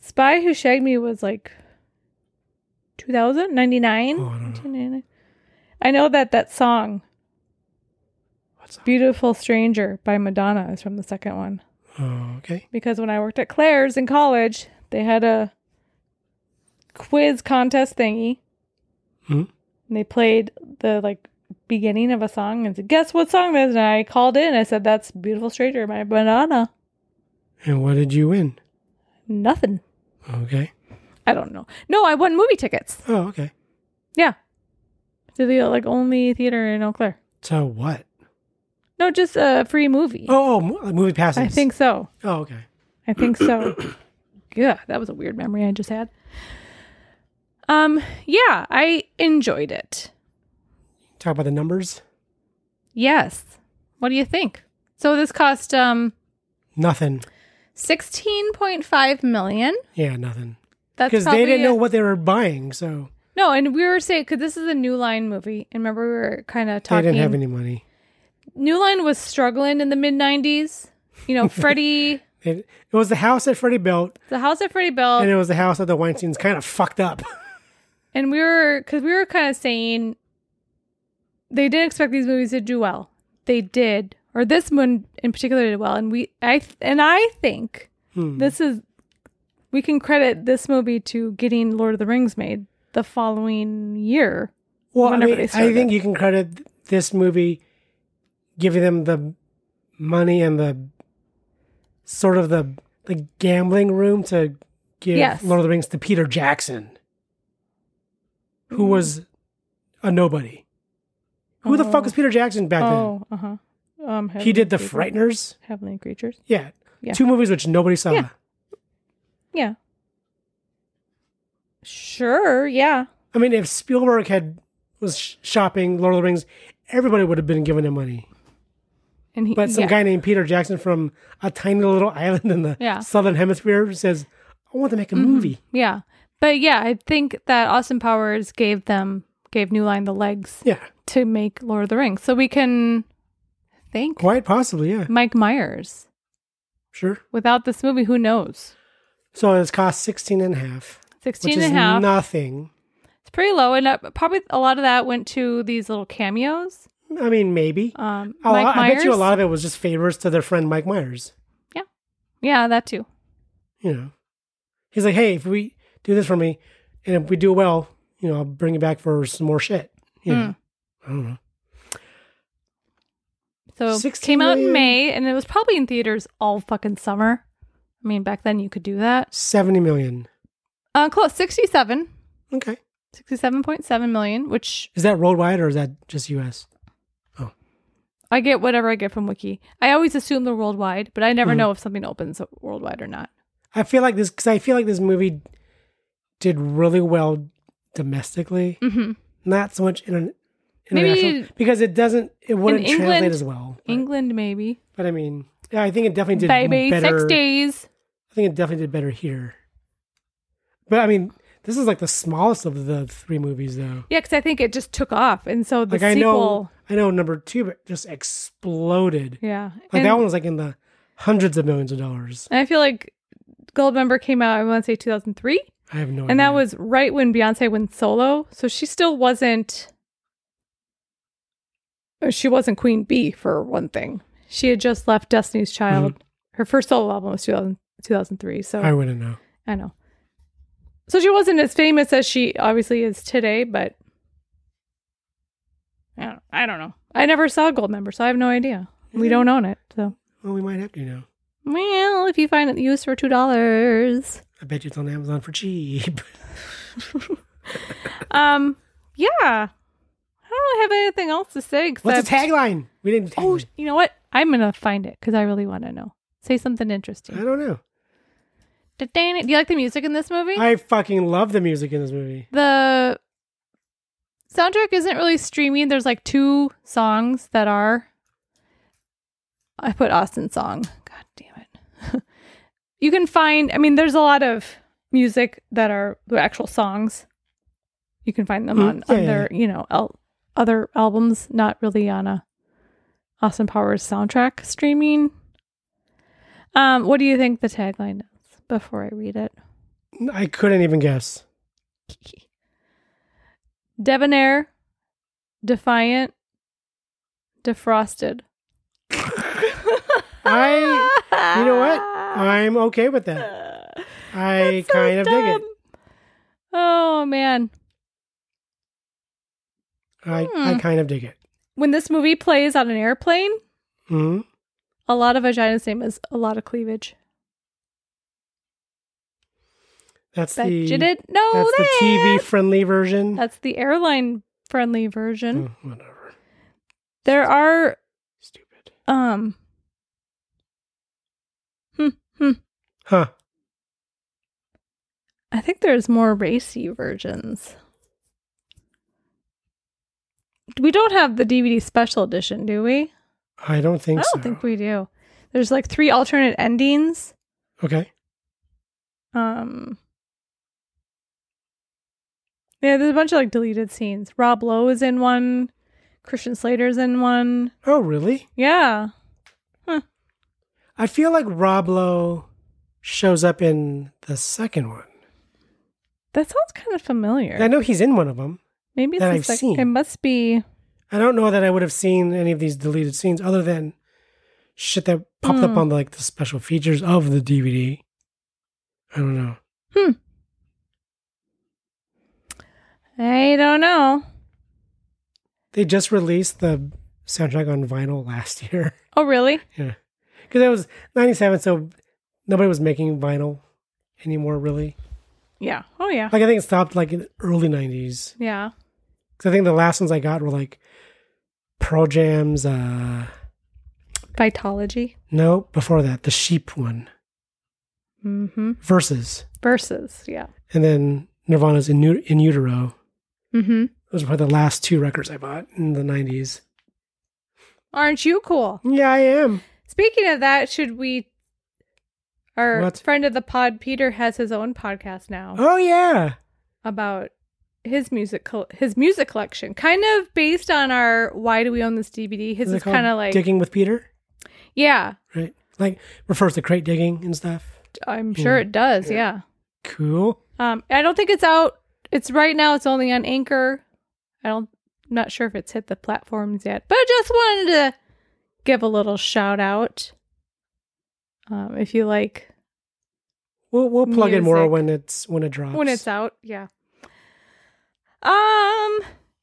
Speaker 2: Spy Who Shagged Me was like 2000, 99?
Speaker 3: Oh, I don't know.
Speaker 2: 1999. I know that that song,
Speaker 3: What's up?
Speaker 2: Beautiful Stranger by Madonna, is from the second one.
Speaker 3: Oh, okay.
Speaker 2: Because when I worked at Claire's in college, they had a quiz contest thingy.
Speaker 3: Hmm?
Speaker 2: And they played the like beginning of a song and said, Guess what song that is? And I called in. I said, That's Beautiful Stranger by Madonna.
Speaker 3: And what did you win?
Speaker 2: Nothing.
Speaker 3: Okay.
Speaker 2: I don't know. No, I won movie tickets.
Speaker 3: Oh, okay.
Speaker 2: Yeah. To the like only theater in Eau Claire.
Speaker 3: So what?
Speaker 2: No, just a free movie.
Speaker 3: Oh, oh mo- movie passes.
Speaker 2: I think so.
Speaker 3: Oh, okay.
Speaker 2: I think so.
Speaker 3: *clears throat*
Speaker 2: yeah, that was a weird memory I just had. Um, yeah, I enjoyed it.
Speaker 3: Talk about the numbers.
Speaker 2: Yes. What do you think? So this cost um
Speaker 3: Nothing.
Speaker 2: 16.5 million.
Speaker 3: Yeah, nothing.
Speaker 2: That's
Speaker 3: Because they
Speaker 2: probably
Speaker 3: didn't
Speaker 2: a-
Speaker 3: know what they were buying, so
Speaker 2: No, and we were saying cuz this is a New Line movie and remember we were kind of
Speaker 3: they
Speaker 2: talking
Speaker 3: didn't have any money.
Speaker 2: New Line was struggling in the mid 90s. You
Speaker 3: *laughs*
Speaker 2: know, Freddie
Speaker 3: It, it was the house that Freddie built,
Speaker 2: The house that Freddie built,
Speaker 3: and
Speaker 2: and,
Speaker 3: it was the house that the Weinsteins kind of fucked up. *laughs*
Speaker 2: we were because we were kind of saying they didn't expect these movies to do well. They did, or this one in particular did well, and we I th- and I think
Speaker 3: Hmm.
Speaker 2: this is we can credit this movie to getting Lord of the Rings made the following year.
Speaker 3: Well, I,
Speaker 2: whenever
Speaker 3: mean,
Speaker 2: they
Speaker 3: I
Speaker 2: started.
Speaker 3: think you can credit this movie giving them the money and the sort of the the gambling room to give
Speaker 2: Yes.
Speaker 3: Lord of the Rings to Peter Jackson, who
Speaker 2: Mm.
Speaker 3: was a nobody. Who the fuck was Peter Jackson back
Speaker 2: Oh, uh huh. Um,
Speaker 3: then? He did The
Speaker 2: Heavenly Creatures.
Speaker 3: Frighteners.
Speaker 2: Heavenly creatures.
Speaker 3: Yeah.
Speaker 2: Yeah.
Speaker 3: Two movies which nobody saw.
Speaker 2: Yeah. Yeah. Sure. Yeah.
Speaker 3: I mean, if Spielberg had was sh- shopping Lord of the Rings, everybody would have been giving him money.
Speaker 2: And he.
Speaker 3: But some
Speaker 2: yeah.
Speaker 3: guy named Peter Jackson from a tiny little *laughs* island in the
Speaker 2: Yeah. Mm-hmm.
Speaker 3: southern hemisphere says, "I want to make a movie."
Speaker 2: Yeah. But yeah, I think that Austin Powers gave them gave New Line the legs
Speaker 3: Yeah,
Speaker 2: to make Lord of the Rings. So we can thank
Speaker 3: quite possibly. Yeah,
Speaker 2: Mike Myers.
Speaker 3: sure.
Speaker 2: Without this movie, who knows?
Speaker 3: So it's cost sixteen and a half,
Speaker 2: 16
Speaker 3: which
Speaker 2: and
Speaker 3: is
Speaker 2: a half.
Speaker 3: nothing.
Speaker 2: it's pretty low and uh, probably a lot of that went to these little cameos.
Speaker 3: I mean, maybe.
Speaker 2: Um
Speaker 3: A
Speaker 2: Mike
Speaker 3: lot-
Speaker 2: Myers.
Speaker 3: I bet you a lot of it was just favors to their friend Mike Myers.
Speaker 2: Yeah. Yeah, that too.
Speaker 3: you know, he's like, hey, if we do this for me, and if we do well, you know, I'll bring you back for some more shit. You
Speaker 2: Hmm.
Speaker 3: know, I don't know.
Speaker 2: So
Speaker 3: 16
Speaker 2: came out in
Speaker 3: million.
Speaker 2: May, and it was probably in theaters all fucking summer. I mean, back then you could do that.
Speaker 3: Seventy million.
Speaker 2: Uh, close 67,
Speaker 3: Okay,
Speaker 2: 67.7 million, which
Speaker 3: is that worldwide or is that just U.S.?
Speaker 2: I get whatever I get from Wiki. I always assume they're worldwide, but I never
Speaker 3: Mhm.
Speaker 2: know if something opens worldwide or not.
Speaker 3: I feel like this because I feel like this movie did really well domestically,
Speaker 2: hmm
Speaker 3: not so much in
Speaker 2: Maybe-
Speaker 3: international because it doesn't it wouldn't
Speaker 2: England-
Speaker 3: translate as well. But,
Speaker 2: England, maybe.
Speaker 3: but I mean, yeah, I think it definitely did
Speaker 2: Baby,
Speaker 3: better.
Speaker 2: six days.
Speaker 3: I think it definitely did better here. But I mean, this is like the smallest of the three movies, though.
Speaker 2: Yeah, because I think it just took off, and so the
Speaker 3: Like I
Speaker 2: sequel.
Speaker 3: know, I know number two, but just exploded.
Speaker 2: Yeah,
Speaker 3: Like
Speaker 2: and,
Speaker 3: that one was like in the hundreds of millions of dollars.
Speaker 2: and I feel like Goldmember came out. I want to say 2003.
Speaker 3: I have no idea.
Speaker 2: And that was right when Beyonce went solo, so she still wasn't uh, she wasn't Queen Bee for one thing. She had just left Destiny's Child.
Speaker 3: Mm-hmm.
Speaker 2: Her first solo album was 2000, 2003, so
Speaker 3: I
Speaker 2: I,
Speaker 3: wouldn't know.
Speaker 2: know. So she wasn't as famous as she obviously is today, but I don't, I don't know. I never saw Goldmember, so I have no idea. We don't own it, so
Speaker 3: Well, we might have to now.
Speaker 2: well, if you find it used for two dollars,
Speaker 3: I bet you it's on Amazon for cheap. *laughs*
Speaker 2: Um, yeah. I don't have anything else to say except.
Speaker 3: What's the tagline? We didn't.
Speaker 2: Oh,
Speaker 3: tagline.
Speaker 2: you know what? I'm gonna find it because I really want to know. Say something
Speaker 3: I
Speaker 2: interesting.
Speaker 3: don't know.
Speaker 2: Da- dang it. Do you like the music in this movie?
Speaker 3: I fucking love the music in this movie.
Speaker 2: the soundtrack isn't really streaming. There's like two songs that are. I put Austin song. God damn it. *laughs* you can find. I mean, there's a lot of music that are the actual songs. You can find them
Speaker 3: Mm,
Speaker 2: on
Speaker 3: yeah, yeah,
Speaker 2: other, you know, el- other albums, not really on a Austin Powers soundtrack streaming. Um, what do you think the tagline is before I read it?
Speaker 3: I couldn't even guess.
Speaker 2: *laughs* Debonair, defiant, defrosted.
Speaker 3: I, you know what? I'm okay with that.
Speaker 2: *laughs*
Speaker 3: I kind of dig it.
Speaker 2: Oh man.
Speaker 3: I,
Speaker 2: Hmm.
Speaker 3: I kind of dig it.
Speaker 2: When this movie plays on an airplane,
Speaker 3: hmm
Speaker 2: a lot of vagina same is a lot of cleavage.
Speaker 3: That's
Speaker 2: Bet
Speaker 3: the
Speaker 2: you didn't know
Speaker 3: that's the
Speaker 2: that.
Speaker 3: TV friendly version.
Speaker 2: That's the airline friendly version.
Speaker 3: Oh, whatever.
Speaker 2: There are
Speaker 3: Stupid.
Speaker 2: um
Speaker 3: Huh.
Speaker 2: I think there's more racy versions. We don't have the DVD special edition, do we?
Speaker 3: I don't think
Speaker 2: I don't
Speaker 3: so.
Speaker 2: think we do. There's like three alternate endings.
Speaker 3: okay.
Speaker 2: Um Yeah, there's a bunch of like deleted scenes. Rob Lowe is in one, Christian Slater's in one.
Speaker 3: Oh, really?
Speaker 2: Yeah.
Speaker 3: I feel like Rob Lowe shows up in the second one.
Speaker 2: That sounds kind of familiar.
Speaker 3: I know he's in one of them.
Speaker 2: Maybe it's
Speaker 3: that
Speaker 2: the
Speaker 3: I've
Speaker 2: sec-
Speaker 3: seen.
Speaker 2: it must be
Speaker 3: I don't know that I would have seen any of these deleted scenes other than shit that popped up
Speaker 2: Hmm.
Speaker 3: on like the special features of the DVD. I don't know.
Speaker 2: I don't know.
Speaker 3: They just released the soundtrack on vinyl last *laughs* year.
Speaker 2: Oh really?
Speaker 3: yeah. Because it was 97, so nobody was making vinyl anymore, really.
Speaker 2: Yeah. Oh yeah.
Speaker 3: Like, I think it stopped like in the early 90s.
Speaker 2: Yeah.
Speaker 3: Because I think the last ones I got were like Pearl Jam's, uh,
Speaker 2: Vitology.
Speaker 3: no, before that, the Sheep one,
Speaker 2: Mm-hmm.
Speaker 3: Versus.
Speaker 2: Versus, yeah.
Speaker 3: And then Nirvana's In, U- in Utero.
Speaker 2: Mm-hmm.
Speaker 3: Those were the last two records I bought in the 90s.
Speaker 2: Aren't you cool?
Speaker 3: Yeah, I am.
Speaker 2: Speaking of that, should we? Our
Speaker 3: What?
Speaker 2: friend of the pod, Peter, has his own podcast now
Speaker 3: Oh, yeah.
Speaker 2: about his music, col- his music collection, kind of based on our "Why do we own this DVD?" His
Speaker 3: Is it
Speaker 2: is kind of
Speaker 3: called
Speaker 2: like,
Speaker 3: Digging with Peter,
Speaker 2: yeah,
Speaker 3: right? Like, refers to crate digging and stuff.
Speaker 2: I'm sure
Speaker 3: Hmm. Yeah.
Speaker 2: it does, yeah.
Speaker 3: Cool.
Speaker 2: Um, I don't think it's out. It's right now. It's only on Anchor. I don't. Not sure if it's hit the platforms yet, but I just wanted to give a little shout out. Um, if you like
Speaker 3: We'll we'll plug in more
Speaker 2: Music.
Speaker 3: when it's when it drops.
Speaker 2: when it's out yeah um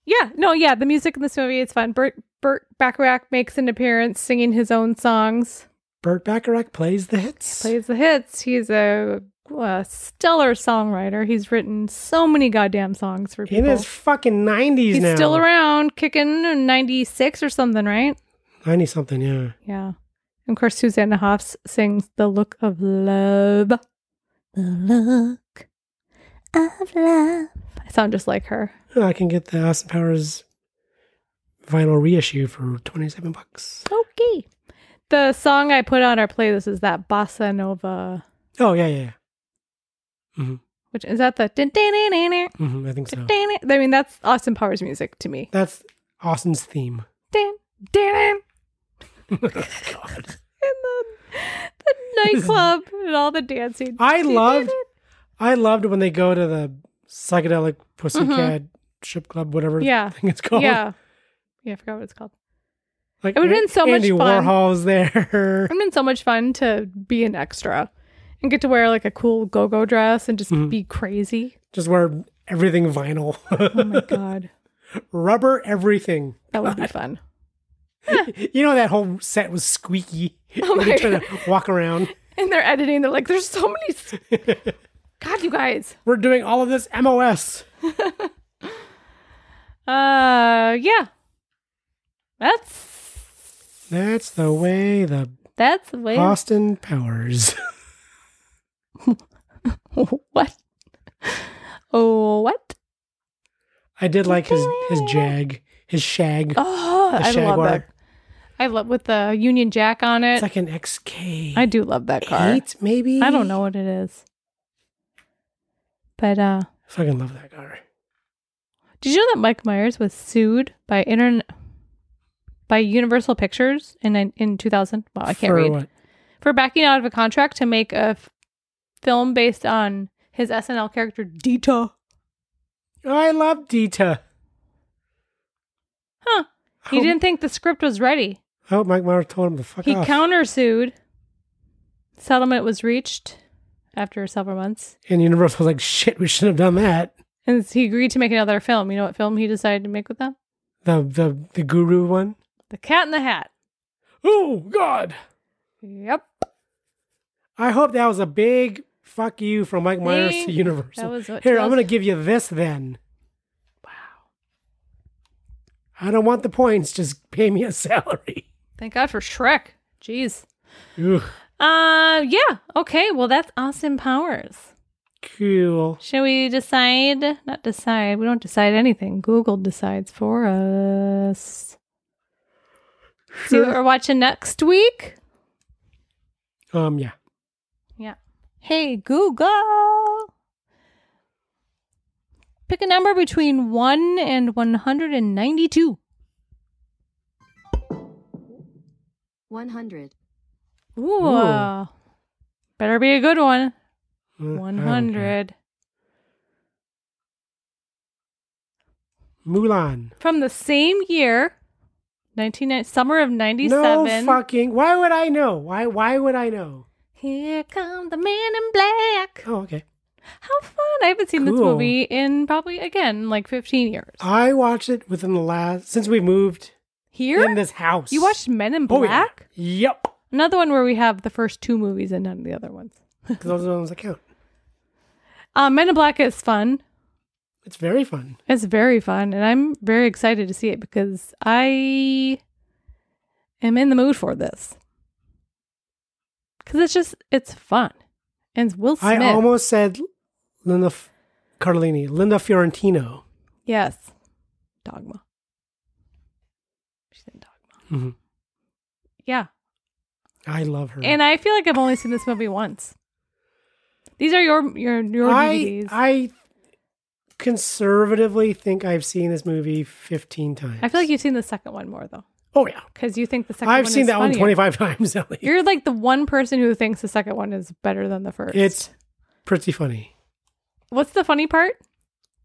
Speaker 2: yeah no yeah the music in this movie is fun bert bert bacharach makes an appearance singing his own songs
Speaker 3: Burt Bacharach plays the hits.
Speaker 2: plays the hits he's a, a stellar songwriter he's written so many goddamn songs for
Speaker 3: in
Speaker 2: people
Speaker 3: his fucking nineties
Speaker 2: he's
Speaker 3: now.
Speaker 2: still around kicking in 96 or something right
Speaker 3: Ninety something, yeah.
Speaker 2: yeah and of course susanna hoffs sings the look of love the look of love i sound just like her
Speaker 3: I can get the Austin Powers vinyl reissue for twenty seven bucks.
Speaker 2: Okay. The song I put on our playlist is that bossa nova,
Speaker 3: Oh yeah, yeah,
Speaker 2: which is that the. dun- dun- dun- dun- dun-
Speaker 3: yeah. hmm I think so.
Speaker 2: dun- dun- dun- I mean, that's Austin Powers music to me.
Speaker 3: That's Austin's theme.
Speaker 2: Dun, dun,
Speaker 3: *laughs*
Speaker 2: dun.
Speaker 3: Oh God.
Speaker 2: And the, the
Speaker 3: *laughs*
Speaker 2: nightclub and all the dancing.
Speaker 3: I
Speaker 2: Dun- dun-
Speaker 3: loved-
Speaker 2: dun.
Speaker 3: I loved when they go to the psychedelic pussycat ship club, whatever
Speaker 2: Mm-hmm. Yeah.
Speaker 3: thing it's called.
Speaker 2: Yeah. Yeah, I forgot what it's called.
Speaker 3: *laughs* Like
Speaker 2: It would've been so much
Speaker 3: Andy
Speaker 2: fun.
Speaker 3: Warhol's there. *laughs*
Speaker 2: It's been so much fun to be an extra and get to wear like a cool go go dress and just
Speaker 3: Mm-hmm.
Speaker 2: be
Speaker 3: *laughs*
Speaker 2: crazy.
Speaker 3: Just wear everything vinyl. *laughs*
Speaker 2: Oh my God.
Speaker 3: Rubber everything.
Speaker 2: That would be fun.
Speaker 3: You know that whole set was squeaky.
Speaker 2: *laughs* Oh
Speaker 3: when they
Speaker 2: my
Speaker 3: try to walk around.
Speaker 2: *laughs* And they're editing, they're like, there's so many. s-
Speaker 3: *laughs*
Speaker 2: God, you guys.
Speaker 3: We're doing all of this MOS.
Speaker 2: Uh, yeah. That's
Speaker 3: That's the way the
Speaker 2: that's the way.
Speaker 3: Austin powers.
Speaker 2: *laughs*
Speaker 3: *laughs*
Speaker 2: what? Oh, what?
Speaker 3: I did like his his jag, his shag.
Speaker 2: Oh,
Speaker 3: the
Speaker 2: I love
Speaker 3: shagwar.
Speaker 2: that. I love with the Union Jack on it.
Speaker 3: It's like an XK.
Speaker 2: I do love that car.
Speaker 3: Eight, maybe.
Speaker 2: I don't know what it is. But uh,
Speaker 3: Fucking love that car.
Speaker 2: did you know that Mike Myers was sued by intern by Universal Pictures in in 2000? Wow, I can't
Speaker 3: For
Speaker 2: read.
Speaker 3: what?
Speaker 2: for backing out of a contract to make a f- film based on his SNL character Dita.
Speaker 3: I love Dita.
Speaker 2: Huh. He
Speaker 3: Oh.
Speaker 2: didn't think the script was ready.
Speaker 3: I hope Mike Myers told him to fuck
Speaker 2: He
Speaker 3: off.
Speaker 2: countersued. Settlement was reached after several months.
Speaker 3: and Universal was like, shit, we shouldn't have done that.
Speaker 2: And he agreed to make another film. You know what film he decided to make with them?
Speaker 3: The the the guru one.
Speaker 2: The Cat in the Hat.
Speaker 3: Oh God.
Speaker 2: Yep.
Speaker 3: I hope that was a big fuck you from Mike Myers
Speaker 2: See?
Speaker 3: to Universal.
Speaker 2: That was what
Speaker 3: Here,
Speaker 2: tells-
Speaker 3: I'm gonna give you this then. Wow. I don't want the points, just pay me a salary.
Speaker 2: Thank God for Shrek. Jeez.
Speaker 3: Ugh,
Speaker 2: Uh yeah. Okay. Well that's Austin Powers.
Speaker 3: cool.
Speaker 2: Should we decide? Not decide. We don't decide anything. Google decides for us. See what we're watching next week?
Speaker 3: Um yeah.
Speaker 2: Yeah. Hey, Google. Pick a number between 1 and 192.
Speaker 5: 100.
Speaker 2: Ooh.
Speaker 3: Ooh.
Speaker 2: Better be a good one.
Speaker 3: Mm, I don't
Speaker 2: 100.
Speaker 3: care. Mulan.
Speaker 2: From the same year, 19, summer of 97.
Speaker 3: No fucking why would I know? Why why would I know?
Speaker 2: Here come the man in black.
Speaker 3: Oh, okay.
Speaker 2: How fun! I haven't seen this
Speaker 3: Cool. Uh,
Speaker 2: movie in probably again like fifteen years.
Speaker 3: I watched it within the last since we moved
Speaker 2: Here,
Speaker 3: in this house.
Speaker 2: you watched Men in
Speaker 3: Oh, yeah.
Speaker 2: Black,
Speaker 3: Yep.
Speaker 2: *laughs* another one where we have the first two movies and none of the other ones.
Speaker 3: 'Cause those are the ones that count.
Speaker 2: Uh, Men in Black is fun.
Speaker 3: It's very fun.
Speaker 2: It's very fun, and I'm very excited to see it because I am in the mood for this because it's just it's fun and it's Will Smith.
Speaker 3: I almost said Linda F- Cardellini, Linda Fiorentino.
Speaker 2: yes, Dogma. She's in Dogma.
Speaker 3: Mhm.
Speaker 2: Yeah.
Speaker 3: I love her.
Speaker 2: And I feel like I've only seen this movie once. These are your your your
Speaker 3: I,
Speaker 2: DVDs. I,
Speaker 3: I conservatively think I've seen this movie 15 times.
Speaker 2: feel like you've seen the second one more though,
Speaker 3: Oh, yeah.
Speaker 2: because you think the 2nd
Speaker 3: I've
Speaker 2: one
Speaker 3: seen
Speaker 2: is
Speaker 3: that one
Speaker 2: funnier.
Speaker 3: 25 *laughs* times at least.
Speaker 2: You're like the one person who thinks the second one is better than the first.
Speaker 3: It's pretty funny.
Speaker 2: what's the funny part?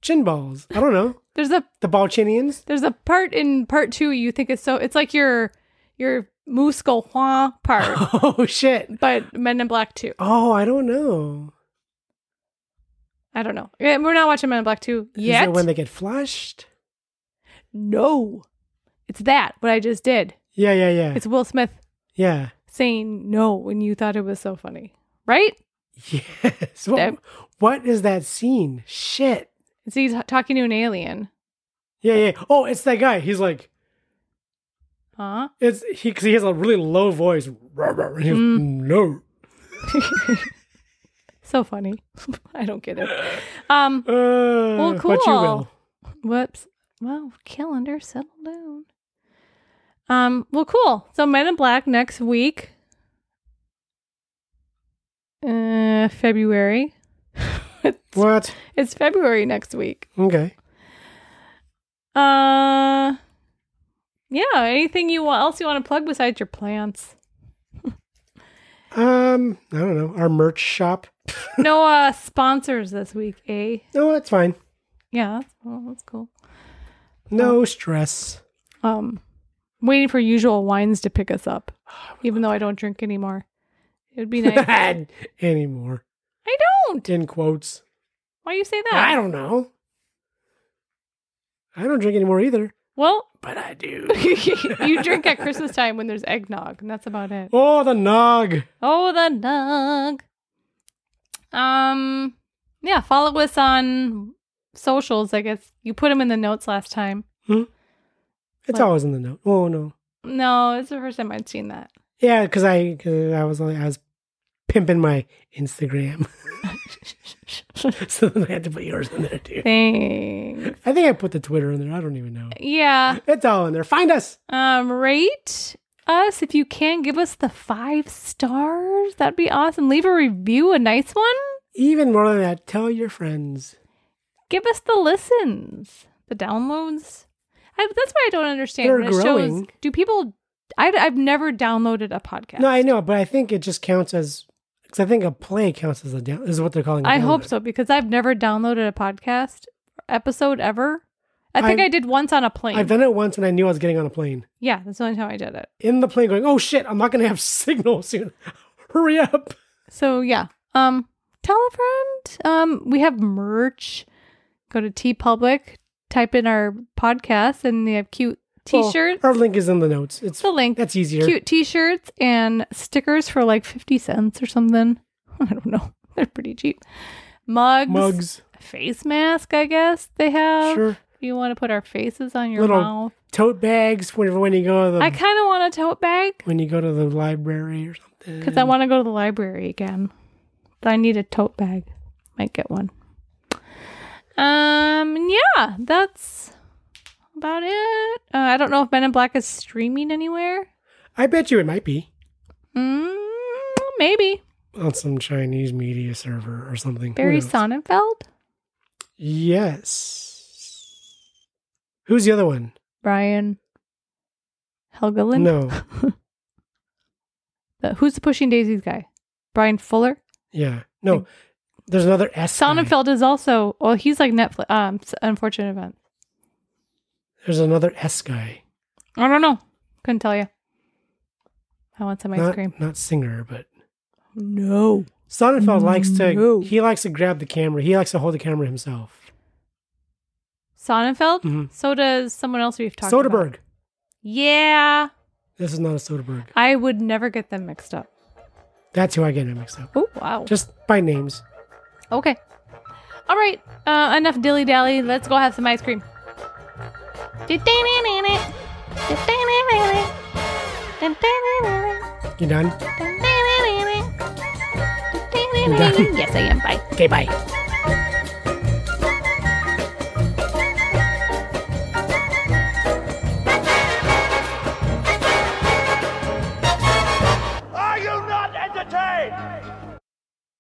Speaker 3: Chin balls. I don't know.
Speaker 2: There's a *laughs*
Speaker 3: The Balchinians.
Speaker 2: there's a part in part two you think it's so it's like your your moose go Hua part,
Speaker 3: *laughs* Oh, shit.
Speaker 2: but Men in Black two.
Speaker 3: Oh, I don't know.
Speaker 2: I don't know. Eh, We're not watching Men in Black 2
Speaker 3: Is
Speaker 2: yet.
Speaker 3: that when they get flushed?
Speaker 2: no. It's that, what I just did.
Speaker 3: Yeah, yeah, yeah.
Speaker 2: It's Will Smith
Speaker 3: yeah. *laughs*
Speaker 2: saying no when you thought it was so funny, right?
Speaker 3: Yes. What,
Speaker 2: That-
Speaker 3: what is that scene? Shit.
Speaker 2: It's he's talking to an alien.
Speaker 3: Yeah, yeah. Oh, it's that guy. He's like,
Speaker 2: Huh?
Speaker 3: it's he because he has a really low voice. Rawr, rawr, and he's,
Speaker 2: Mm.
Speaker 3: No.
Speaker 2: So funny. *laughs* I don't get it. Um,
Speaker 3: Uh, What you
Speaker 2: cool.
Speaker 3: will.
Speaker 2: whoops. Well, calendar, settle down. Um, well, cool. So Men in Black next week. Uh, February.
Speaker 3: What?
Speaker 2: It's February next week.
Speaker 3: Okay.
Speaker 2: Uh, yeah. Anything you want, else you want to plug besides your plants? *laughs*
Speaker 3: Um, I don't know. Our merch shop.
Speaker 2: no uh sponsors this week, eh?
Speaker 3: No, that's fine.
Speaker 2: Yeah, that's, well, that's cool. Oh.
Speaker 3: No stress.
Speaker 2: Um, waiting for usual wines to pick us
Speaker 3: *sighs*
Speaker 2: up, even though I don't drink anymore. It
Speaker 3: *laughs*
Speaker 2: would be nice.
Speaker 3: Anymore.
Speaker 2: I don't.
Speaker 3: In quotes.
Speaker 2: Why you say
Speaker 3: I
Speaker 2: that?
Speaker 3: don't know. I don't drink anymore either.
Speaker 2: *laughs* Well, *laughs*
Speaker 3: But I do.
Speaker 2: you drink at Christmas time when there's eggnog, and that's about it.
Speaker 3: *laughs* oh, the nog.
Speaker 2: Oh, the nog. Um, yeah. Follow us on socials. I guess you put them in the notes last time.
Speaker 3: It's
Speaker 2: What?
Speaker 3: always in the note. Oh no.
Speaker 2: No, it's the first time I've seen that. *laughs*
Speaker 3: Yeah, because I cause I was like I was pimping my Instagram, *laughs* so then I had to put yours in there too.
Speaker 2: Thanks.
Speaker 3: I think I put the Twitter in there. I don't even know.
Speaker 2: Yeah.
Speaker 3: It's all in there. Find us.
Speaker 2: Um, rate us if you can. Give us the five stars. That'd be awesome. Leave a review, a nice one.
Speaker 3: Even more than that, tell your friends.
Speaker 2: Give us the listens, the downloads. I, that's why I don't understand.
Speaker 3: They're
Speaker 2: when it shows-
Speaker 3: growing.
Speaker 2: do people? I, have never downloaded a podcast.
Speaker 3: No, I know, but I think it just counts as because I think a play counts as a down. Is what they're calling. I
Speaker 2: I hope so because I've never downloaded a podcast episode ever. I think
Speaker 3: I've-
Speaker 2: i did once on a plane.
Speaker 3: I've done it once, and I knew I was getting on a plane.
Speaker 2: yeah, that's the only time I did it.
Speaker 3: In the plane, going, "Oh shit, I'm not going to have *laughs* signal soon. Hurry up!"
Speaker 2: So yeah. Um tell a friend. Um we have merch. Go to T Public, type in our podcast and they have cute
Speaker 3: Well,
Speaker 2: t-shirts.
Speaker 3: our link is in the notes. It's
Speaker 2: the link.
Speaker 3: that's easier.
Speaker 2: cute t-shirts and stickers for like 50 cents or something. *laughs* I don't know. They're pretty cheap. Mugs,
Speaker 3: Mugs,
Speaker 2: face mask, I guess they have.
Speaker 3: sure.
Speaker 2: You want to put our faces on your
Speaker 3: Little-
Speaker 2: mouth.
Speaker 3: Tote bags whenever when you go to the
Speaker 2: I kind of want a tote bag
Speaker 3: when you go to the library or something.
Speaker 2: because I want to go to the library again. I need a tote bag. Might get one. Um, yeah, that's about it. Uh, I don't know if Men in Black is streaming anywhere.
Speaker 3: I bet you it might be
Speaker 2: Mm, maybe
Speaker 3: on some Chinese media server or something. Who
Speaker 2: Barry
Speaker 3: knows?
Speaker 2: Sonnenfeld,
Speaker 3: Yes. Who's the other one?
Speaker 2: Brian Helgeland. *laughs*
Speaker 3: No.
Speaker 2: The- who's the Pushing Daisies guy? Brian Fuller.
Speaker 3: Yeah. No. There's another S. guy.
Speaker 2: Sonnenfeld is also. Well, he's like Netflix. Um, unfortunate event.
Speaker 3: There's another S guy.
Speaker 2: I don't know. Couldn't tell you. I want some ice
Speaker 3: Not,
Speaker 2: cream.
Speaker 3: not singer, but
Speaker 2: No.
Speaker 3: Sonnenfeld likes to
Speaker 2: No.
Speaker 3: he likes to grab the camera. He likes to hold the camera himself.
Speaker 2: Sonnenfeld?
Speaker 3: Mhm.
Speaker 2: So does someone else we've talked about.
Speaker 3: Soderbergh.
Speaker 2: Yeah.
Speaker 3: This is not a Soderbergh.
Speaker 2: I would never get them mixed up.
Speaker 3: That's who I get him mixed up.
Speaker 2: Oh, wow.
Speaker 3: Just by names.
Speaker 2: okay. All right. Uh, enough dilly dally. Let's go have some ice cream.
Speaker 3: You done?
Speaker 2: Yes, I am. Bye.
Speaker 3: Okay, bye.